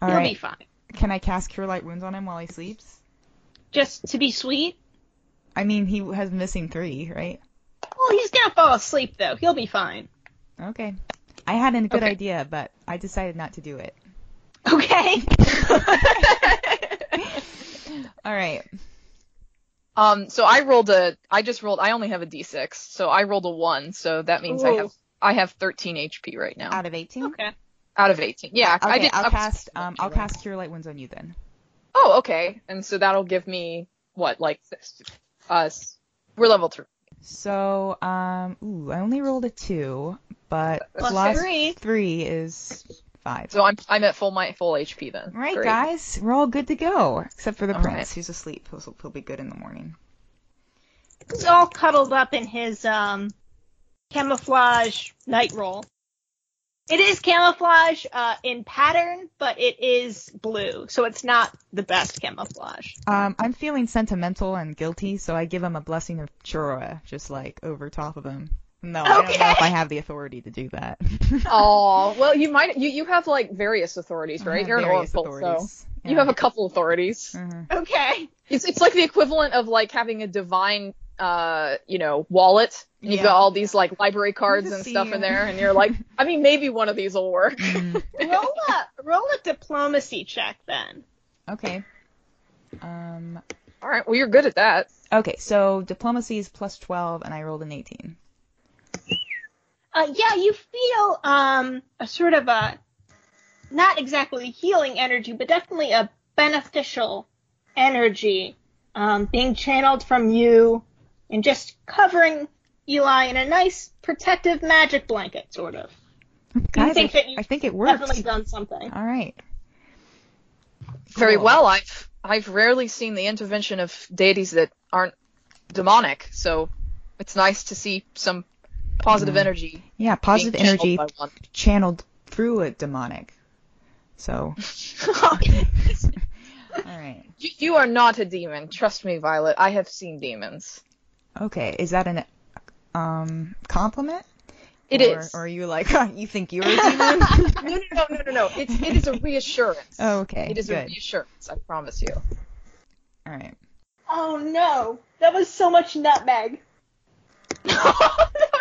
[SPEAKER 1] All
[SPEAKER 2] He'll
[SPEAKER 1] right.
[SPEAKER 2] be fine.
[SPEAKER 1] Can I cast Cure Light Wounds on him while he sleeps?
[SPEAKER 2] Just to be sweet.
[SPEAKER 1] I mean, he has missing three, right?
[SPEAKER 2] Well, he's gonna fall asleep though. He'll be fine.
[SPEAKER 1] Okay. I had a good
[SPEAKER 3] Okay.
[SPEAKER 1] idea, but I decided not to do it.
[SPEAKER 2] Okay.
[SPEAKER 1] All right.
[SPEAKER 3] Um, so I rolled a, I just rolled, I only have a d6, so I rolled a one, so that means I have, I have 13 HP right now
[SPEAKER 1] Out of 18?
[SPEAKER 2] okay.
[SPEAKER 3] out of 18. Yeah, I
[SPEAKER 1] Okay,
[SPEAKER 3] did.
[SPEAKER 1] I'll
[SPEAKER 3] I was-
[SPEAKER 1] cast um I'll cast Cure Light Wounds on you then.
[SPEAKER 3] Oh, okay. And so that'll give me what, like, us? we're level three.
[SPEAKER 1] So, um ooh, I only rolled a 2, but
[SPEAKER 2] Plus
[SPEAKER 1] plus
[SPEAKER 2] three.
[SPEAKER 1] 3 is 5.
[SPEAKER 3] So I'm, I'm at full my full HP then.
[SPEAKER 1] right,
[SPEAKER 3] Great.
[SPEAKER 1] guys, we're all good to go except for the
[SPEAKER 3] All
[SPEAKER 1] prince
[SPEAKER 3] right.
[SPEAKER 1] who's asleep. He'll, he'll be good in the morning.
[SPEAKER 2] He's all cuddled up in his um camouflage night roll. It is camouflage uh, in pattern, but it is blue, so it's not the best camouflage.
[SPEAKER 1] Um, I'm feeling sentimental and guilty, so I give him a blessing of Chura, just like over top of him. No, I don't know
[SPEAKER 2] Okay.
[SPEAKER 1] if I have the authority to do that.
[SPEAKER 3] Oh, well, you might, you, you have, like, various authorities,
[SPEAKER 1] I
[SPEAKER 3] right?
[SPEAKER 1] have
[SPEAKER 3] You're an
[SPEAKER 1] various
[SPEAKER 3] oracle, so
[SPEAKER 1] authorities.
[SPEAKER 3] you have a couple authorities.
[SPEAKER 1] Mhm.
[SPEAKER 2] Okay.
[SPEAKER 3] It's, it's like the equivalent of, like, having a divine, uh, you know, wallet, and you've
[SPEAKER 1] Yeah.
[SPEAKER 3] got all these, like, library cards
[SPEAKER 1] just
[SPEAKER 3] and
[SPEAKER 1] see
[SPEAKER 3] stuff
[SPEAKER 1] you.
[SPEAKER 3] in there, and you're like, I mean, maybe one of these will work.
[SPEAKER 1] Mhm.
[SPEAKER 2] Roll a roll a diplomacy check then.
[SPEAKER 1] Okay. Um,
[SPEAKER 3] All right, well, you're good at that.
[SPEAKER 1] Okay, so diplomacy is plus 12, and I rolled an 18.
[SPEAKER 2] Uh, yeah, you feel um, a sort of a not exactly healing energy, but definitely a beneficial energy um, being channeled from you and just covering Eli in a nice protective magic blanket, sort of.
[SPEAKER 1] Guys,
[SPEAKER 2] think
[SPEAKER 1] I,
[SPEAKER 2] that you've
[SPEAKER 1] I think it worked.
[SPEAKER 2] Definitely done something.
[SPEAKER 1] All right.
[SPEAKER 3] Very
[SPEAKER 1] Cool.
[SPEAKER 3] well. I've I've rarely seen the intervention of deities that aren't demonic, so it's nice to see some positive energy.
[SPEAKER 1] Yeah, positive
[SPEAKER 3] being channeled
[SPEAKER 1] energy
[SPEAKER 3] by one.
[SPEAKER 1] channeled through a demonic. So. All right.
[SPEAKER 3] You, you are not a demon. Trust me, Violet. I have seen demons.
[SPEAKER 1] Okay, is that an um compliment?
[SPEAKER 3] It
[SPEAKER 1] or,
[SPEAKER 3] is.
[SPEAKER 1] Or are you like, "Ah, you think you're a demon?
[SPEAKER 3] No, no, no, no, no, no. It's it is a reassurance.
[SPEAKER 1] oh, okay.
[SPEAKER 3] It is a
[SPEAKER 1] good.
[SPEAKER 3] reassurance. I promise you.
[SPEAKER 1] All right.
[SPEAKER 2] Oh no, that was so much nutmeg.
[SPEAKER 3] no,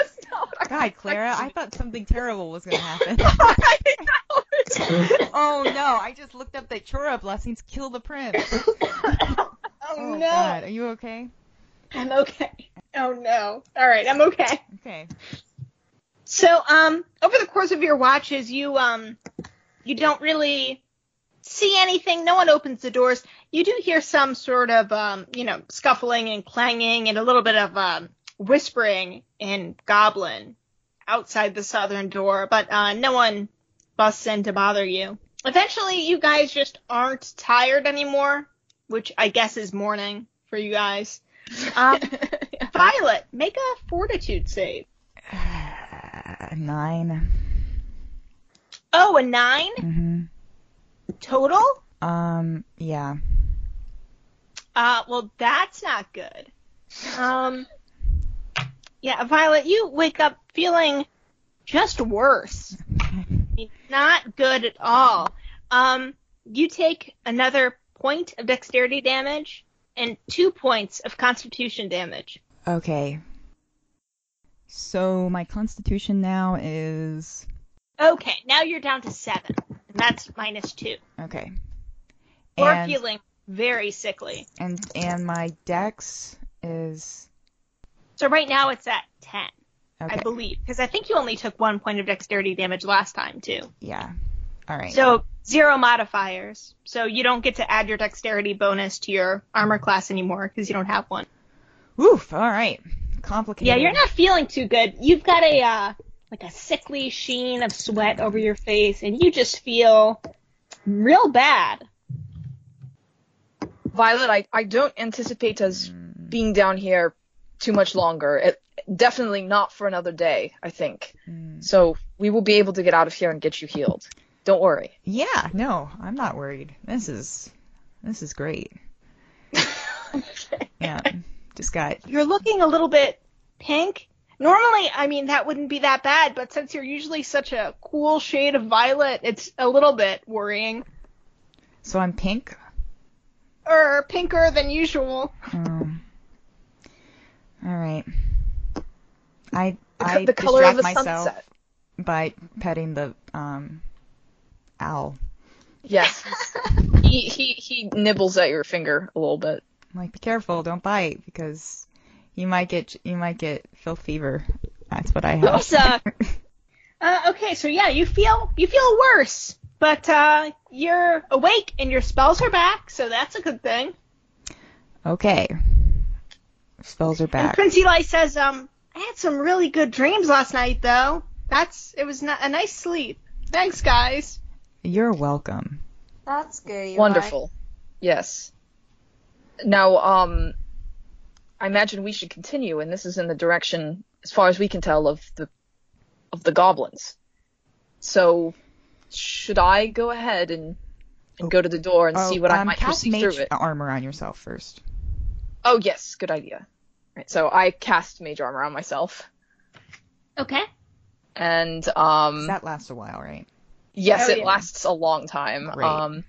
[SPEAKER 3] it's not.
[SPEAKER 1] God, Clara, I thought something terrible was going to happen.
[SPEAKER 3] I know.
[SPEAKER 1] oh no, I just looked up that Chora blessings kill the prince.
[SPEAKER 2] Oh,
[SPEAKER 1] Oh
[SPEAKER 2] no.
[SPEAKER 1] god, are you okay?
[SPEAKER 2] I'm okay. Oh no. All right, I'm okay.
[SPEAKER 1] Okay.
[SPEAKER 2] So, um, over the course of your watches, you um, you don't really see anything. No one opens the doors. You do hear some sort of um, you know, scuffling and clanging and a little bit of um, whispering in Goblin outside the southern door, but uh, no one busts in to bother you. Eventually, you guys just aren't tired anymore, which I guess is morning for you guys. Um, Violet, make a fortitude save.
[SPEAKER 1] Nine.
[SPEAKER 2] Oh, a nine
[SPEAKER 1] Mhm.
[SPEAKER 2] total?
[SPEAKER 1] Um. Yeah.
[SPEAKER 2] Uh, well, that's not good. Um, yeah, Violet, you wake up feeling just worse. Not good at all. Um, you take another point of dexterity damage and two points of constitution damage.
[SPEAKER 1] Okay. So my constitution now is
[SPEAKER 2] Okay, now you're down to seven, and that's minus two.
[SPEAKER 1] okay.
[SPEAKER 2] You're
[SPEAKER 1] And
[SPEAKER 2] feeling very sickly.
[SPEAKER 1] and and my dex is
[SPEAKER 2] So right now it's at ten,
[SPEAKER 1] okay.
[SPEAKER 2] I believe, because I think you only took one point of dexterity damage last time too.
[SPEAKER 1] yeah. All right.
[SPEAKER 2] So zero modifiers. So you don't get to add your dexterity bonus to your armor class anymore because you don't have one.
[SPEAKER 1] Oof. All right. Complicated.
[SPEAKER 2] Yeah, you're not feeling too good. You've got a uh, like a sickly sheen of sweat over your face, and you just feel real bad.
[SPEAKER 3] Violet, I, I don't anticipate us being down here too much longer. It, definitely not for another day, I think.
[SPEAKER 1] Mm.
[SPEAKER 3] So we will be able to get out of here and get you healed. Don't worry.
[SPEAKER 1] Yeah. No, I'm not worried. This is this is great. Yeah. Just got
[SPEAKER 2] You're looking a little bit pink. Normally, I mean that wouldn't be that bad, but since you're usually such a cool shade of violet, it's a little bit worrying.
[SPEAKER 1] so I'm pink.
[SPEAKER 2] Or Er, pinker than usual.
[SPEAKER 1] Um, all right. I
[SPEAKER 3] The, co-
[SPEAKER 1] I
[SPEAKER 3] the color of
[SPEAKER 1] distract
[SPEAKER 3] the
[SPEAKER 1] myself
[SPEAKER 3] sunset.
[SPEAKER 1] by petting the um owl.
[SPEAKER 3] Yes. he, he he nibbles at your finger a little bit.
[SPEAKER 1] I'm like, be careful, don't bite because you might get you might get filth fever. That's what I have.
[SPEAKER 2] Oops, uh, uh, okay, so yeah, you feel you feel worse, but uh, you're awake and your spells are back, so that's a good thing.
[SPEAKER 1] Okay. Spells are
[SPEAKER 2] And
[SPEAKER 1] back.
[SPEAKER 2] Prince Eli says, um, I had some really good dreams last night, though. That's it was n- a nice sleep. Thanks, guys.
[SPEAKER 1] You're welcome.
[SPEAKER 8] That's good. Eli.
[SPEAKER 3] Wonderful. Yes. Now, um, I imagine we should continue, and this is in the direction, as far as we can tell, of the of the goblins. So, should I go ahead and and go to the door and see what I
[SPEAKER 1] um,
[SPEAKER 3] might
[SPEAKER 1] cast
[SPEAKER 3] perceive
[SPEAKER 1] mage
[SPEAKER 3] through it?
[SPEAKER 1] armor on yourself first.
[SPEAKER 3] Oh, yes, good idea. Right, so I cast mage armor on myself,
[SPEAKER 2] Okay.
[SPEAKER 3] and um,
[SPEAKER 1] That lasts a while, right?
[SPEAKER 3] Yes,
[SPEAKER 2] Oh,
[SPEAKER 3] it
[SPEAKER 2] yeah.
[SPEAKER 3] lasts a long time.
[SPEAKER 1] Great.
[SPEAKER 3] Um,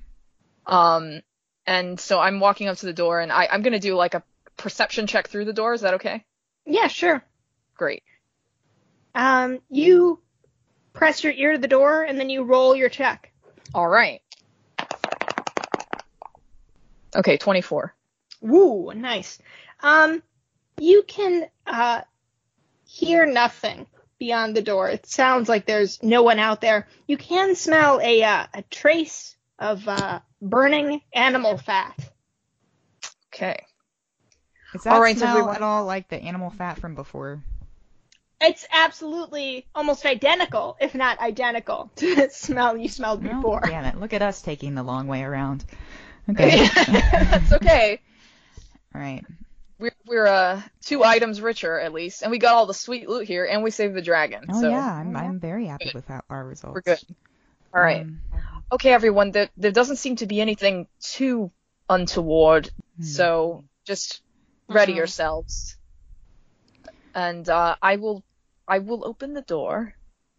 [SPEAKER 3] um, and so I'm walking up to the door, and I, I'm gonna do like a perception check through the door. Is that okay?
[SPEAKER 2] Yeah, sure.
[SPEAKER 3] Great.
[SPEAKER 2] Um, you press your ear to the door and then you roll your check.
[SPEAKER 3] All right. Okay, 24.
[SPEAKER 2] Woo, nice. Um, you can uh, hear nothing beyond the door. It sounds like there's no one out there. You can smell a uh, a trace of uh, burning animal fat.
[SPEAKER 3] Okay.
[SPEAKER 1] Is that
[SPEAKER 3] All right, so
[SPEAKER 1] smell
[SPEAKER 3] we want-
[SPEAKER 1] at all like the animal fat from before?
[SPEAKER 2] It's absolutely almost identical, if not identical, to the smell you smelled
[SPEAKER 1] No?
[SPEAKER 2] before.
[SPEAKER 1] Damn it! Look at us taking the long way around. Okay.
[SPEAKER 3] That's okay.
[SPEAKER 1] all right.
[SPEAKER 3] We're we're uh two items richer at least, and we got all the sweet loot here, and we saved the dragon.
[SPEAKER 1] Oh
[SPEAKER 3] so
[SPEAKER 1] yeah, I'm I'm very happy with that, our results.
[SPEAKER 3] we're good. All right.
[SPEAKER 1] Um,
[SPEAKER 3] okay, everyone. There there doesn't seem to be anything too untoward
[SPEAKER 1] hmm.
[SPEAKER 3] So just ready
[SPEAKER 8] Mhm.
[SPEAKER 3] yourselves. And uh, I will I will open the door.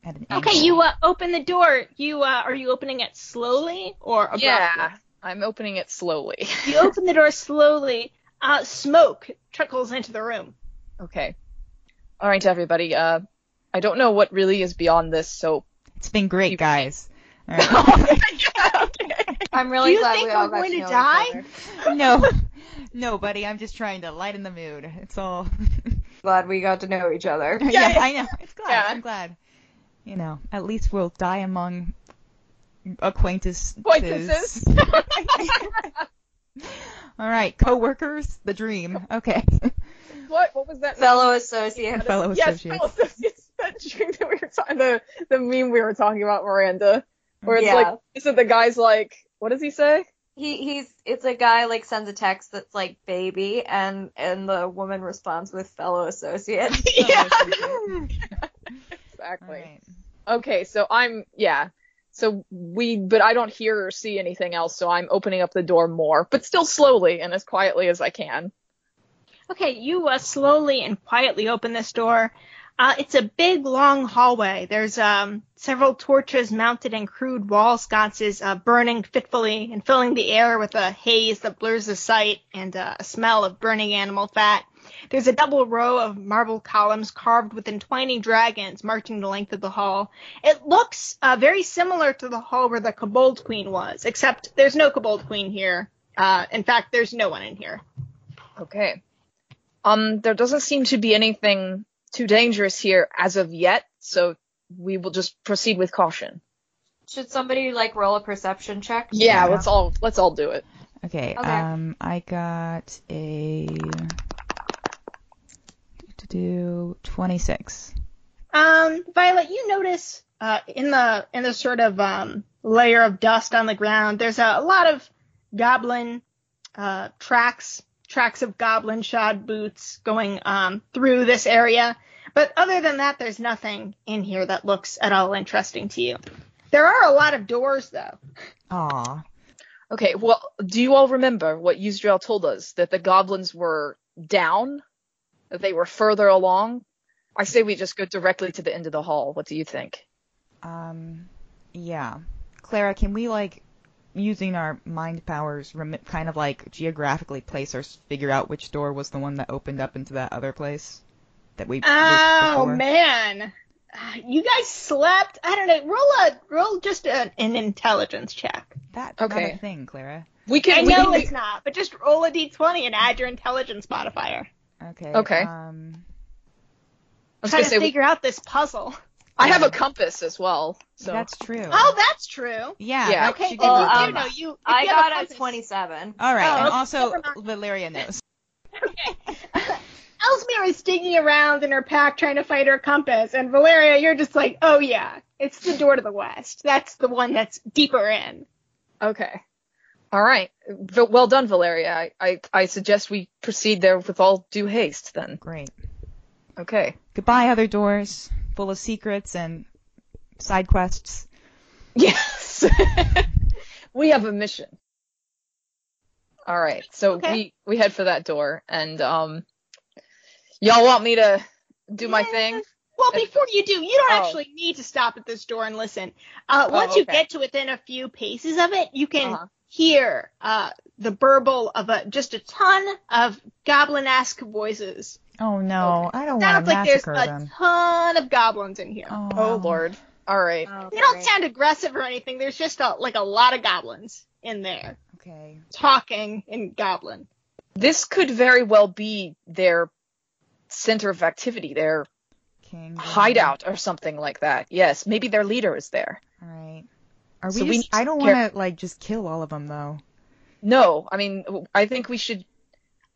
[SPEAKER 1] At an
[SPEAKER 2] Okay,
[SPEAKER 1] angle.
[SPEAKER 2] you uh, open the door. You uh, are you opening it slowly or abruptly?
[SPEAKER 3] I'm opening it slowly.
[SPEAKER 2] You open the door slowly. Uh, smoke trickles into the room.
[SPEAKER 3] okay. All right, everybody. Uh, I don't know what really is beyond this, so
[SPEAKER 1] It's been great,
[SPEAKER 3] You-
[SPEAKER 1] guys. All right.
[SPEAKER 5] I'm really
[SPEAKER 2] Do you
[SPEAKER 5] glad
[SPEAKER 2] think
[SPEAKER 5] we all
[SPEAKER 2] I'm
[SPEAKER 5] got
[SPEAKER 2] going
[SPEAKER 5] to,
[SPEAKER 2] to
[SPEAKER 5] know
[SPEAKER 2] die?
[SPEAKER 5] Each other.
[SPEAKER 1] no, no, buddy. I'm just trying to lighten the mood. It's all.
[SPEAKER 5] Glad we got to know each other.
[SPEAKER 1] yeah,
[SPEAKER 3] yeah.
[SPEAKER 1] I know. It's glad.
[SPEAKER 3] Yeah.
[SPEAKER 1] I'm glad. You know, at least we'll die among acquaintances.
[SPEAKER 3] Acquaintances.
[SPEAKER 1] All right, coworkers, the dream. Okay,
[SPEAKER 3] What? What was that?
[SPEAKER 5] Fellow associates.
[SPEAKER 1] fellow
[SPEAKER 3] yes, oh,
[SPEAKER 1] associates.
[SPEAKER 3] fellow associates. That drink that we were talking, the the meme we were talking about, Miranda, where it's
[SPEAKER 5] Yeah.
[SPEAKER 3] like, is it the guy's like, what does he say?
[SPEAKER 5] He he's it's a guy like sends a text that's like baby and and the woman responds with fellow associate.
[SPEAKER 3] Yeah.
[SPEAKER 1] All
[SPEAKER 3] Exactly.
[SPEAKER 1] right.
[SPEAKER 3] Okay, so I'm yeah. So we but I don't hear or see anything else, so I'm opening up the door more, but still slowly and as quietly as I can.
[SPEAKER 2] Okay, you uh, slowly and quietly open this door. Uh, it's a big, long hallway. There's um, several torches mounted in crude wall sconces, uh, burning fitfully and filling the air with a haze that blurs the sight and uh, a smell of burning animal fat. There's a double row of marble columns carved with entwining dragons marching the length of the hall. It looks uh, very similar to the hall where the Kobold Queen was, except there's no Kobold Queen here. Uh, in fact, there's no one in here.
[SPEAKER 3] Okay. Um there doesn't seem to be anything too dangerous here as of yet, so we will just proceed with caution.
[SPEAKER 5] Should somebody like roll a perception check?
[SPEAKER 3] Yeah, let's all let's all do it.
[SPEAKER 1] Okay.
[SPEAKER 5] Okay.
[SPEAKER 1] Um, I got a to do 26.
[SPEAKER 2] Um, Violet, you notice uh, in the in the sort of um, layer of dust on the ground, there's a, a lot of goblin uh, tracks, tracks of goblin shod boots going um, through this area. But other than that, there's nothing in here that looks at all interesting to you. There are a lot of doors, though.
[SPEAKER 1] Aw.
[SPEAKER 3] Okay, well, do you all remember what Yusdrel told us that the goblins were down? That they were further along? I say we just go directly to the end of the hall. What do you think?
[SPEAKER 1] Um, yeah. Clara, can we like using our mind powers, rem- kind of like geographically place or s- figure out which door was the one that opened up into that other place that we? looked
[SPEAKER 2] Oh
[SPEAKER 1] before?
[SPEAKER 2] man, Ah, you guys slept. I don't know. Roll a roll just a, an intelligence check.
[SPEAKER 1] That not
[SPEAKER 3] Okay.
[SPEAKER 1] a thing, Clara.
[SPEAKER 3] We can.
[SPEAKER 2] I
[SPEAKER 3] we
[SPEAKER 2] know
[SPEAKER 3] can-
[SPEAKER 2] it's not, but just roll a d20 and add your intelligence modifier.
[SPEAKER 1] Okay.
[SPEAKER 3] Okay.
[SPEAKER 1] Um,
[SPEAKER 3] I was
[SPEAKER 2] Try
[SPEAKER 3] gonna
[SPEAKER 2] to
[SPEAKER 3] say
[SPEAKER 2] figure out this puzzle.
[SPEAKER 3] I have a compass as well. So
[SPEAKER 1] that's true.
[SPEAKER 2] Oh, that's true.
[SPEAKER 1] yeah.
[SPEAKER 3] yeah.
[SPEAKER 1] that
[SPEAKER 2] Okay,
[SPEAKER 1] should
[SPEAKER 2] then
[SPEAKER 1] give
[SPEAKER 5] well,
[SPEAKER 1] you a
[SPEAKER 2] you do
[SPEAKER 5] um,
[SPEAKER 1] bonus.
[SPEAKER 2] know you. if
[SPEAKER 5] I
[SPEAKER 2] you have
[SPEAKER 5] got a
[SPEAKER 2] compass-
[SPEAKER 5] 27.
[SPEAKER 1] All right,
[SPEAKER 2] oh,
[SPEAKER 1] and
[SPEAKER 2] okay,
[SPEAKER 1] also
[SPEAKER 2] never mind.
[SPEAKER 1] Valeria knows.
[SPEAKER 2] Elsmere is digging around in her pack trying to find her compass, and Valeria, you're just like, oh yeah, it's the door to the west. That's the one that's deeper in.
[SPEAKER 3] okay. All right. V- well done, Valeria. I, I I suggest we proceed there with all due haste. Then.
[SPEAKER 1] Great.
[SPEAKER 3] Okay.
[SPEAKER 1] Goodbye, other doors full of secrets and side quests.
[SPEAKER 3] Yes. we have a mission. All right. So
[SPEAKER 2] Okay.
[SPEAKER 3] we we head for that door, and um, y'all want me to do my
[SPEAKER 2] Yeah.
[SPEAKER 3] thing?
[SPEAKER 2] Well, before you do, you don't
[SPEAKER 3] Oh.
[SPEAKER 2] actually need to stop at this door and listen. Uh,
[SPEAKER 3] Oh,
[SPEAKER 2] once you
[SPEAKER 3] okay.
[SPEAKER 2] get to within a few paces of it, you can
[SPEAKER 3] Uh-huh.
[SPEAKER 2] hear uh, the burble of a, just a ton of goblin-esque voices.
[SPEAKER 1] Oh no, I don't want
[SPEAKER 2] Sounds
[SPEAKER 1] to
[SPEAKER 2] like there's
[SPEAKER 1] massacre
[SPEAKER 2] a
[SPEAKER 1] them.
[SPEAKER 2] ton of goblins in here.
[SPEAKER 1] Oh,
[SPEAKER 3] Oh Lord. All right.
[SPEAKER 5] Oh,
[SPEAKER 2] They don't sound aggressive or anything. There's just a, like a lot of goblins in there
[SPEAKER 1] Okay.
[SPEAKER 2] talking in goblin.
[SPEAKER 3] This could very well be their center of activity. Their
[SPEAKER 1] King.
[SPEAKER 3] hideout or something like that. Yes, maybe their leader is there.
[SPEAKER 1] All right. Are we
[SPEAKER 3] So we
[SPEAKER 1] just?
[SPEAKER 3] need to
[SPEAKER 1] I don't
[SPEAKER 3] care-
[SPEAKER 1] want to like just kill all of them though.
[SPEAKER 3] No, I mean, I think we should,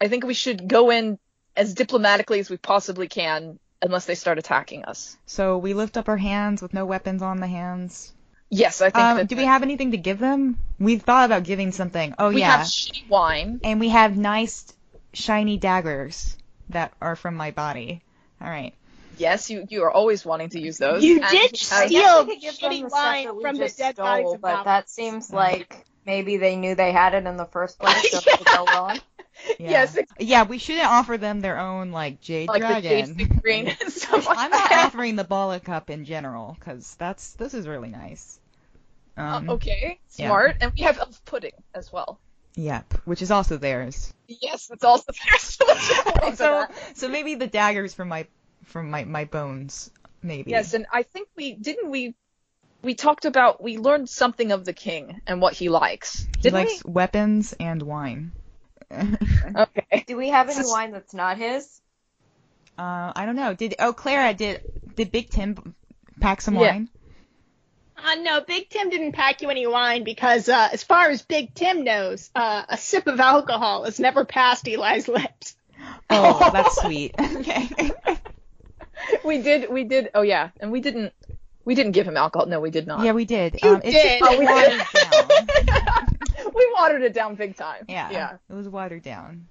[SPEAKER 3] I think we should go in as diplomatically as we possibly can, unless they start attacking us.
[SPEAKER 1] So we lift up our hands with no weapons on the hands.
[SPEAKER 3] Yes, I think.
[SPEAKER 1] Um,
[SPEAKER 3] that
[SPEAKER 1] do we have anything to give them? We thought about giving something. Oh
[SPEAKER 3] We
[SPEAKER 1] yeah,
[SPEAKER 3] have shitty wine.
[SPEAKER 1] and we have nice shiny daggers that are from my body. All right.
[SPEAKER 3] Yes, you you are always wanting to use those.
[SPEAKER 2] You
[SPEAKER 3] And-
[SPEAKER 2] did
[SPEAKER 3] and-
[SPEAKER 2] steal
[SPEAKER 5] I guess we could give them
[SPEAKER 2] shitty
[SPEAKER 5] the stuff
[SPEAKER 2] wine
[SPEAKER 5] that we
[SPEAKER 2] from the
[SPEAKER 5] just
[SPEAKER 2] dead bodies
[SPEAKER 5] stole,
[SPEAKER 2] of
[SPEAKER 5] but
[SPEAKER 2] goblins.
[SPEAKER 5] that seems like maybe they knew they had it in the first place. So it fell wrong.
[SPEAKER 1] Yeah.
[SPEAKER 3] Yes, it's
[SPEAKER 1] Yeah, we shouldn't offer them their own like jade
[SPEAKER 3] like
[SPEAKER 1] dragon.
[SPEAKER 3] the jade green and stuff like
[SPEAKER 1] I'm not
[SPEAKER 3] that.
[SPEAKER 1] offering the Bala Cup in general because that's this is really nice. Um,
[SPEAKER 3] Uh, okay,
[SPEAKER 1] yeah.
[SPEAKER 3] smart. And we have elf pudding as well.
[SPEAKER 1] Yep, which is also theirs.
[SPEAKER 3] Yes, that's also there. So let's just hold on to
[SPEAKER 1] so,
[SPEAKER 3] that.
[SPEAKER 1] so maybe the daggers from my from my my bones, maybe.
[SPEAKER 3] yes, and I think we didn't we. we talked about we learned something of the king and what he likes.
[SPEAKER 1] He
[SPEAKER 3] Didn't
[SPEAKER 1] likes weapons and wine. uh,
[SPEAKER 3] we? Okay.
[SPEAKER 8] Do we have any
[SPEAKER 3] Sus-
[SPEAKER 8] wine that's not his?
[SPEAKER 1] I don't know. Did oh Clara did did Big Tim pack some
[SPEAKER 3] Yeah.
[SPEAKER 1] wine?
[SPEAKER 2] Uh, no, Big Tim didn't pack you any wine because, uh, as far as Big Tim knows, uh, a sip of alcohol has never passed Eli's lips.
[SPEAKER 1] Oh, that's sweet. okay.
[SPEAKER 3] We did we did oh yeah, and we didn't we didn't give him alcohol. No, we did not.
[SPEAKER 1] Yeah, we did.
[SPEAKER 2] You
[SPEAKER 1] um, it's
[SPEAKER 2] did.
[SPEAKER 1] Just watered down.
[SPEAKER 3] we watered it down big time.
[SPEAKER 1] Yeah,
[SPEAKER 3] Yeah.
[SPEAKER 1] It was watered down.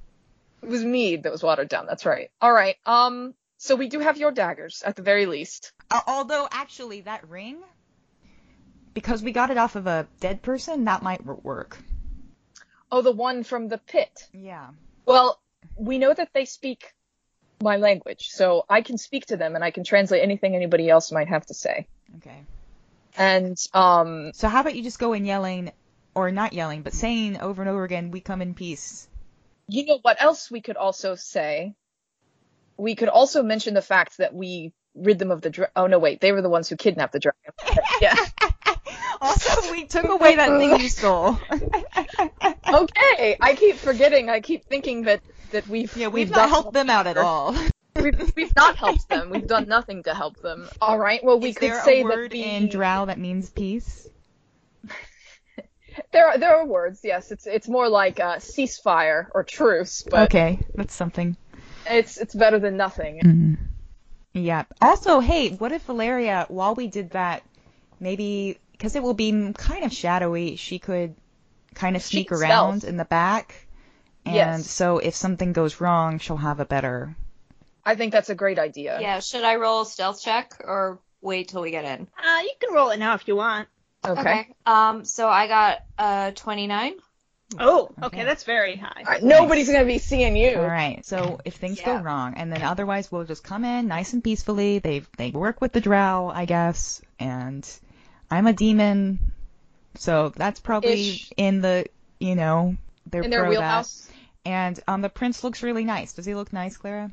[SPEAKER 3] It was mead that was watered down. That's right. All right. Um. So we do have your daggers at the very least.
[SPEAKER 1] Uh, although actually that ring, because we got it off of a dead person, that might wor- work.
[SPEAKER 3] Oh, the one from the pit.
[SPEAKER 1] Yeah.
[SPEAKER 3] Well, we know that they speak my language, so I can speak to them and I can translate anything anybody else might have to say.
[SPEAKER 1] Okay.
[SPEAKER 3] And um,
[SPEAKER 1] So how about you just go in yelling, or not yelling, but saying over and over again, "We come in peace."
[SPEAKER 3] you know what else we could also say? We could also mention the fact that we rid them of the. Dra- oh no, wait, they were the ones who kidnapped the dragon. yeah.
[SPEAKER 1] Also, we took away that thing you stole.
[SPEAKER 3] Okay. I keep forgetting. I keep thinking that that we've
[SPEAKER 1] Yeah, we've
[SPEAKER 3] done-
[SPEAKER 1] not helped them out at all.
[SPEAKER 3] we've, we've not helped them. We've done nothing to help them. All right. Well, we
[SPEAKER 1] Is
[SPEAKER 3] could
[SPEAKER 1] there
[SPEAKER 3] say
[SPEAKER 1] a word
[SPEAKER 3] that we,
[SPEAKER 1] in Drow that means peace?
[SPEAKER 3] there are there are words. Yes, it's it's more like uh, ceasefire or truce, but
[SPEAKER 1] okay, that's something.
[SPEAKER 3] it's it's better than nothing.
[SPEAKER 1] Mm. Yeah. Also, hey, what if Valeria, while we did that, maybe because it will be kind of shadowy, she could kind of
[SPEAKER 3] She
[SPEAKER 1] sneak
[SPEAKER 3] can
[SPEAKER 1] around
[SPEAKER 3] stealth.
[SPEAKER 1] in the back, and
[SPEAKER 3] Yes.
[SPEAKER 1] so if something goes wrong, she'll have a better.
[SPEAKER 3] I think that's a great idea.
[SPEAKER 5] Yeah, should I roll a stealth check or wait till we get in?
[SPEAKER 2] Uh, you can roll it now if you want.
[SPEAKER 3] Okay.
[SPEAKER 5] Um, so I got uh 29.
[SPEAKER 2] Oh,
[SPEAKER 1] okay,
[SPEAKER 2] okay, that's very high.
[SPEAKER 3] All right, Nobody's gonna be seeing you.
[SPEAKER 1] All right. So if things
[SPEAKER 5] Yeah.
[SPEAKER 1] go wrong, and then otherwise we'll just come in nice and peacefully. They they work with the Drow, I guess, and I'm a demon, so that's probably
[SPEAKER 3] Ish.
[SPEAKER 1] in the you know their
[SPEAKER 3] In their
[SPEAKER 1] pro that.
[SPEAKER 3] wheelhouse.
[SPEAKER 1] And um, the prince looks really nice. Does he look nice, Clara?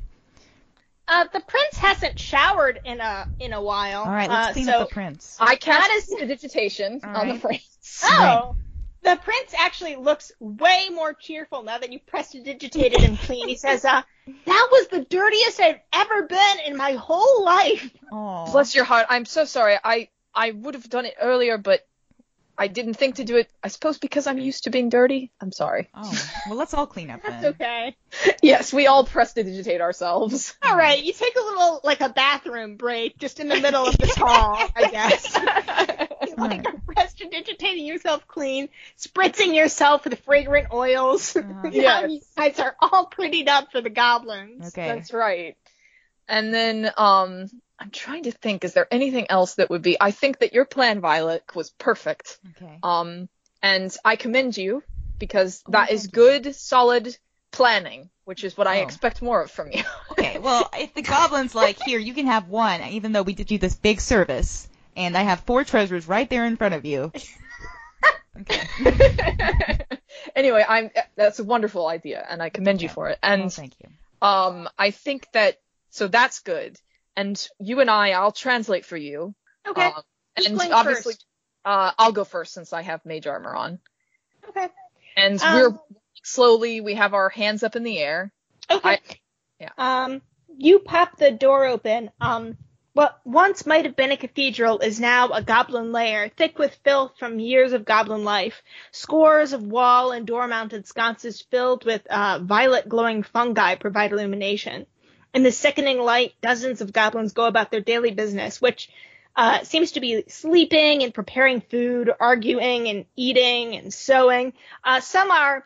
[SPEAKER 2] Uh, the prince hasn't showered in a in a while.
[SPEAKER 1] All right, let's
[SPEAKER 2] uh,
[SPEAKER 1] clean
[SPEAKER 2] so,
[SPEAKER 1] up the prince.
[SPEAKER 3] I cast digitation
[SPEAKER 1] All
[SPEAKER 3] on the
[SPEAKER 1] right.
[SPEAKER 3] prince.
[SPEAKER 2] Oh, the prince actually looks way more cheerful now that you prestidigitated him clean. He says, "Uh, that was the dirtiest I've ever been in my whole life."
[SPEAKER 1] Oh,
[SPEAKER 3] Bless your heart. I'm so sorry. I I would have done it earlier, but I didn't think to do it. I suppose because I'm used to being dirty. I'm sorry.
[SPEAKER 1] oh, well, let's all clean up
[SPEAKER 2] That's
[SPEAKER 1] then.
[SPEAKER 2] okay.
[SPEAKER 3] yes, we all prestidigitate ourselves.
[SPEAKER 2] All right, you take a little like a bathroom break just in the middle of this hall, I guess. You, like prestidigitating yourself clean, spritzing yourself with fragrant oils.
[SPEAKER 1] Uh-huh.
[SPEAKER 2] Now
[SPEAKER 3] Yes.
[SPEAKER 2] you guys are all prettied up for the goblins.
[SPEAKER 1] Okay.
[SPEAKER 3] That's right. And then um I'm trying to think is there anything else that would be I think that your plan Violet was perfect.
[SPEAKER 1] Okay.
[SPEAKER 3] Um and I commend you because
[SPEAKER 1] Oh,
[SPEAKER 3] that is
[SPEAKER 1] thank
[SPEAKER 3] good solid planning, which is what I
[SPEAKER 1] Oh.
[SPEAKER 3] expect more of from you.
[SPEAKER 1] Okay. Well, if the goblin's like, here, you can have one, even though we did you this big service, and I have four treasures right there in front of you. Okay.
[SPEAKER 3] anyway, I'm that's a wonderful idea and I commend you
[SPEAKER 1] Yeah.
[SPEAKER 3] for it.
[SPEAKER 1] well,
[SPEAKER 3] And
[SPEAKER 1] Oh, thank you.
[SPEAKER 3] um I think that so that's good. And you and I I'll translate for you.
[SPEAKER 2] Okay.
[SPEAKER 3] Um,
[SPEAKER 2] Who's
[SPEAKER 3] and
[SPEAKER 2] going
[SPEAKER 3] obviously,
[SPEAKER 2] first?
[SPEAKER 3] uh, I'll go first since I have mage armor on.
[SPEAKER 2] Okay.
[SPEAKER 3] And
[SPEAKER 2] Um,
[SPEAKER 3] we're slowly, we have our hands up in the air.
[SPEAKER 2] Okay.
[SPEAKER 3] I- yeah.
[SPEAKER 2] Um, you pop the door open. Um, what once might have been a cathedral is now a goblin lair, thick with filth from years of goblin life. Scores of wall and door-mounted sconces filled with uh, violet-glowing fungi provide illumination. In the sickening light, dozens of goblins go about their daily business, which uh, seems to be sleeping and preparing food, arguing and eating and sewing. Uh, some are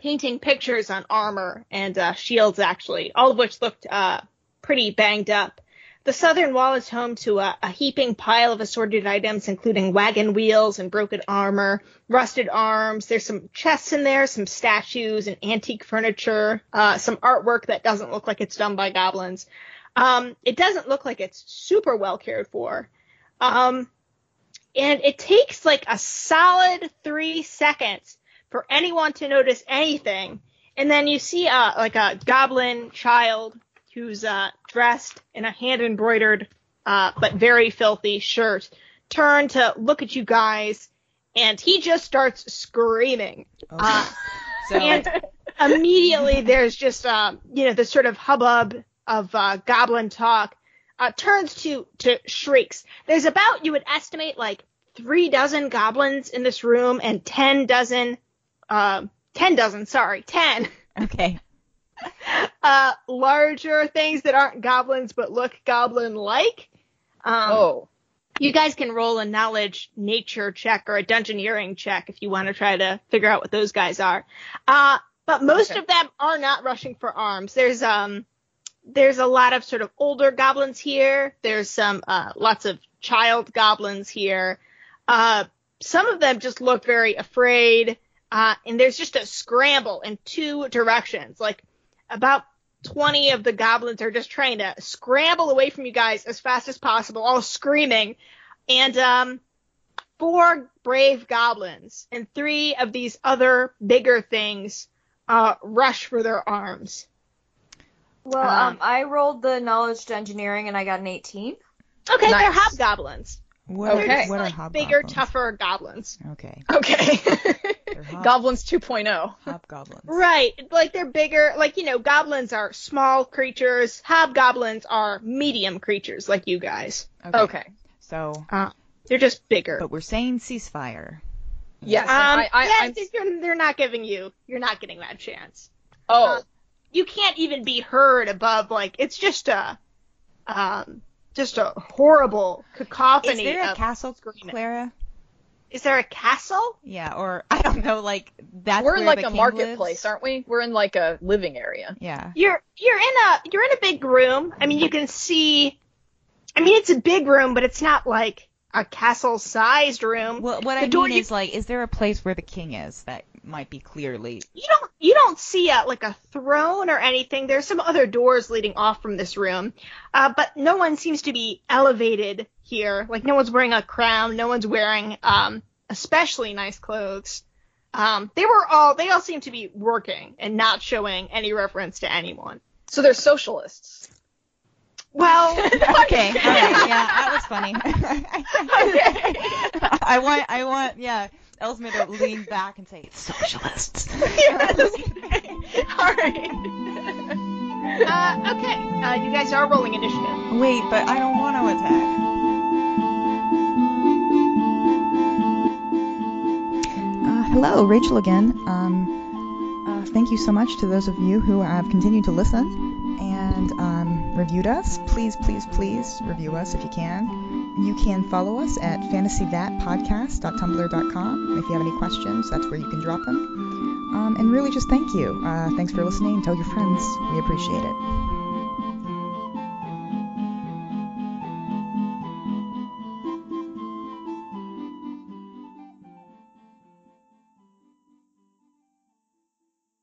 [SPEAKER 2] painting pictures on armor and uh, shields, actually, all of which looked uh, pretty banged up. The southern wall is home to a, a heaping pile of assorted items, including wagon wheels and broken armor, rusted arms. There's some chests in there, some statues and antique furniture, uh, some artwork that doesn't look like it's done by goblins. Um, it doesn't look like it's super well cared for. Um, and it takes like a solid three seconds for anyone to notice anything. And then you see uh, like a goblin child who's uh, dressed in a hand embroidered uh, but very filthy shirt turn to look at you guys, and he just starts screaming.
[SPEAKER 1] Okay.
[SPEAKER 2] Uh,
[SPEAKER 1] so
[SPEAKER 2] and immediately there's just um, you know this sort of hubbub of uh, goblin talk uh, turns to to shrieks. There's about you would estimate like three dozen goblins in this room and ten dozen, uh, ten dozen sorry ten
[SPEAKER 1] okay.
[SPEAKER 2] uh, larger things that aren't goblins but look goblin like. Um,
[SPEAKER 3] Oh.
[SPEAKER 2] You guys can roll a knowledge nature check or a dungeoneering check if you want to try to figure out what those guys are. Uh, but most
[SPEAKER 3] Okay.
[SPEAKER 2] of them are not rushing for arms. There's um there's a lot of sort of older goblins here. There's some uh, lots of child goblins here. Uh, some of them just look very afraid. Uh, and there's just a scramble in two directions. Like about 20 of the goblins are just trying to scramble away from you guys as fast as possible, all screaming. And um, four brave goblins and three of these other bigger things uh, rush for their arms.
[SPEAKER 8] Well, um, I rolled the knowledge to engineering and I got an 18.
[SPEAKER 2] Okay, they're
[SPEAKER 3] Nice.
[SPEAKER 2] hobgoblins.
[SPEAKER 1] What,
[SPEAKER 2] They're
[SPEAKER 3] Okay.
[SPEAKER 2] just
[SPEAKER 1] what are
[SPEAKER 2] like
[SPEAKER 1] hobgoblins?
[SPEAKER 2] bigger, tougher goblins.
[SPEAKER 1] Okay.
[SPEAKER 3] Okay.
[SPEAKER 1] They're hob-
[SPEAKER 3] Goblins oh. 2.0.
[SPEAKER 1] hobgoblins.
[SPEAKER 2] Right, like they're bigger. Like you know, goblins are small creatures. Hobgoblins are medium creatures, like you guys.
[SPEAKER 1] Okay.
[SPEAKER 3] Okay.
[SPEAKER 1] So,
[SPEAKER 2] They're just bigger.
[SPEAKER 1] but we're saying ceasefire.
[SPEAKER 3] Yes.
[SPEAKER 2] Um,
[SPEAKER 3] I, I,
[SPEAKER 2] yeah,
[SPEAKER 3] I'm-
[SPEAKER 2] they're- they're, they're not giving you. You're not getting that chance.
[SPEAKER 3] oh.
[SPEAKER 2] You can't even be heard above. Like it's just a, um, just a horrible
[SPEAKER 1] Is
[SPEAKER 2] cacophony.
[SPEAKER 1] there a
[SPEAKER 2] of-
[SPEAKER 1] castle,
[SPEAKER 2] screaming.
[SPEAKER 1] Clara?
[SPEAKER 2] is there a castle?
[SPEAKER 1] Yeah, or I don't know. Like that's
[SPEAKER 3] We're
[SPEAKER 1] where
[SPEAKER 3] in like
[SPEAKER 1] the
[SPEAKER 3] a
[SPEAKER 1] king
[SPEAKER 3] marketplace,
[SPEAKER 1] lives?
[SPEAKER 3] aren't we? We're in like a living area.
[SPEAKER 1] Yeah.
[SPEAKER 2] You're you're in a you're in a big room. I mean, you can see. I mean, it's a big room, but it's not like a castle-sized room.
[SPEAKER 1] Well, what
[SPEAKER 2] The
[SPEAKER 1] I
[SPEAKER 2] door
[SPEAKER 1] mean
[SPEAKER 2] you-
[SPEAKER 1] is like, is there a place where the king is that might be clearly?
[SPEAKER 2] you don't you don't see a like a throne or anything. There's some other doors leading off from this room, uh, but no one seems to be elevated here. Like no one's wearing a crown. No one's wearing um, especially nice clothes. Um, they were all they all seem to be working and not showing any reference to anyone.
[SPEAKER 3] So they're socialists.
[SPEAKER 2] Well,
[SPEAKER 1] Okay. all right, yeah, that was funny. I want, I want, yeah, Elsma to lean back and say socialists.
[SPEAKER 2] all right. Uh, okay, uh, you guys are rolling initiative.
[SPEAKER 1] Wait, but I don't want to attack. Uh, hello, Rachel again. Um, uh, thank you so much to those of you who have continued to listen and um, reviewed us. Please, please, please review us if you can. You can follow us at fantasythatpodcast.tumblr.com. If you have any questions, that's where you can drop them. Um, and really just thank you. Uh, thanks for listening. Tell your friends. We appreciate it.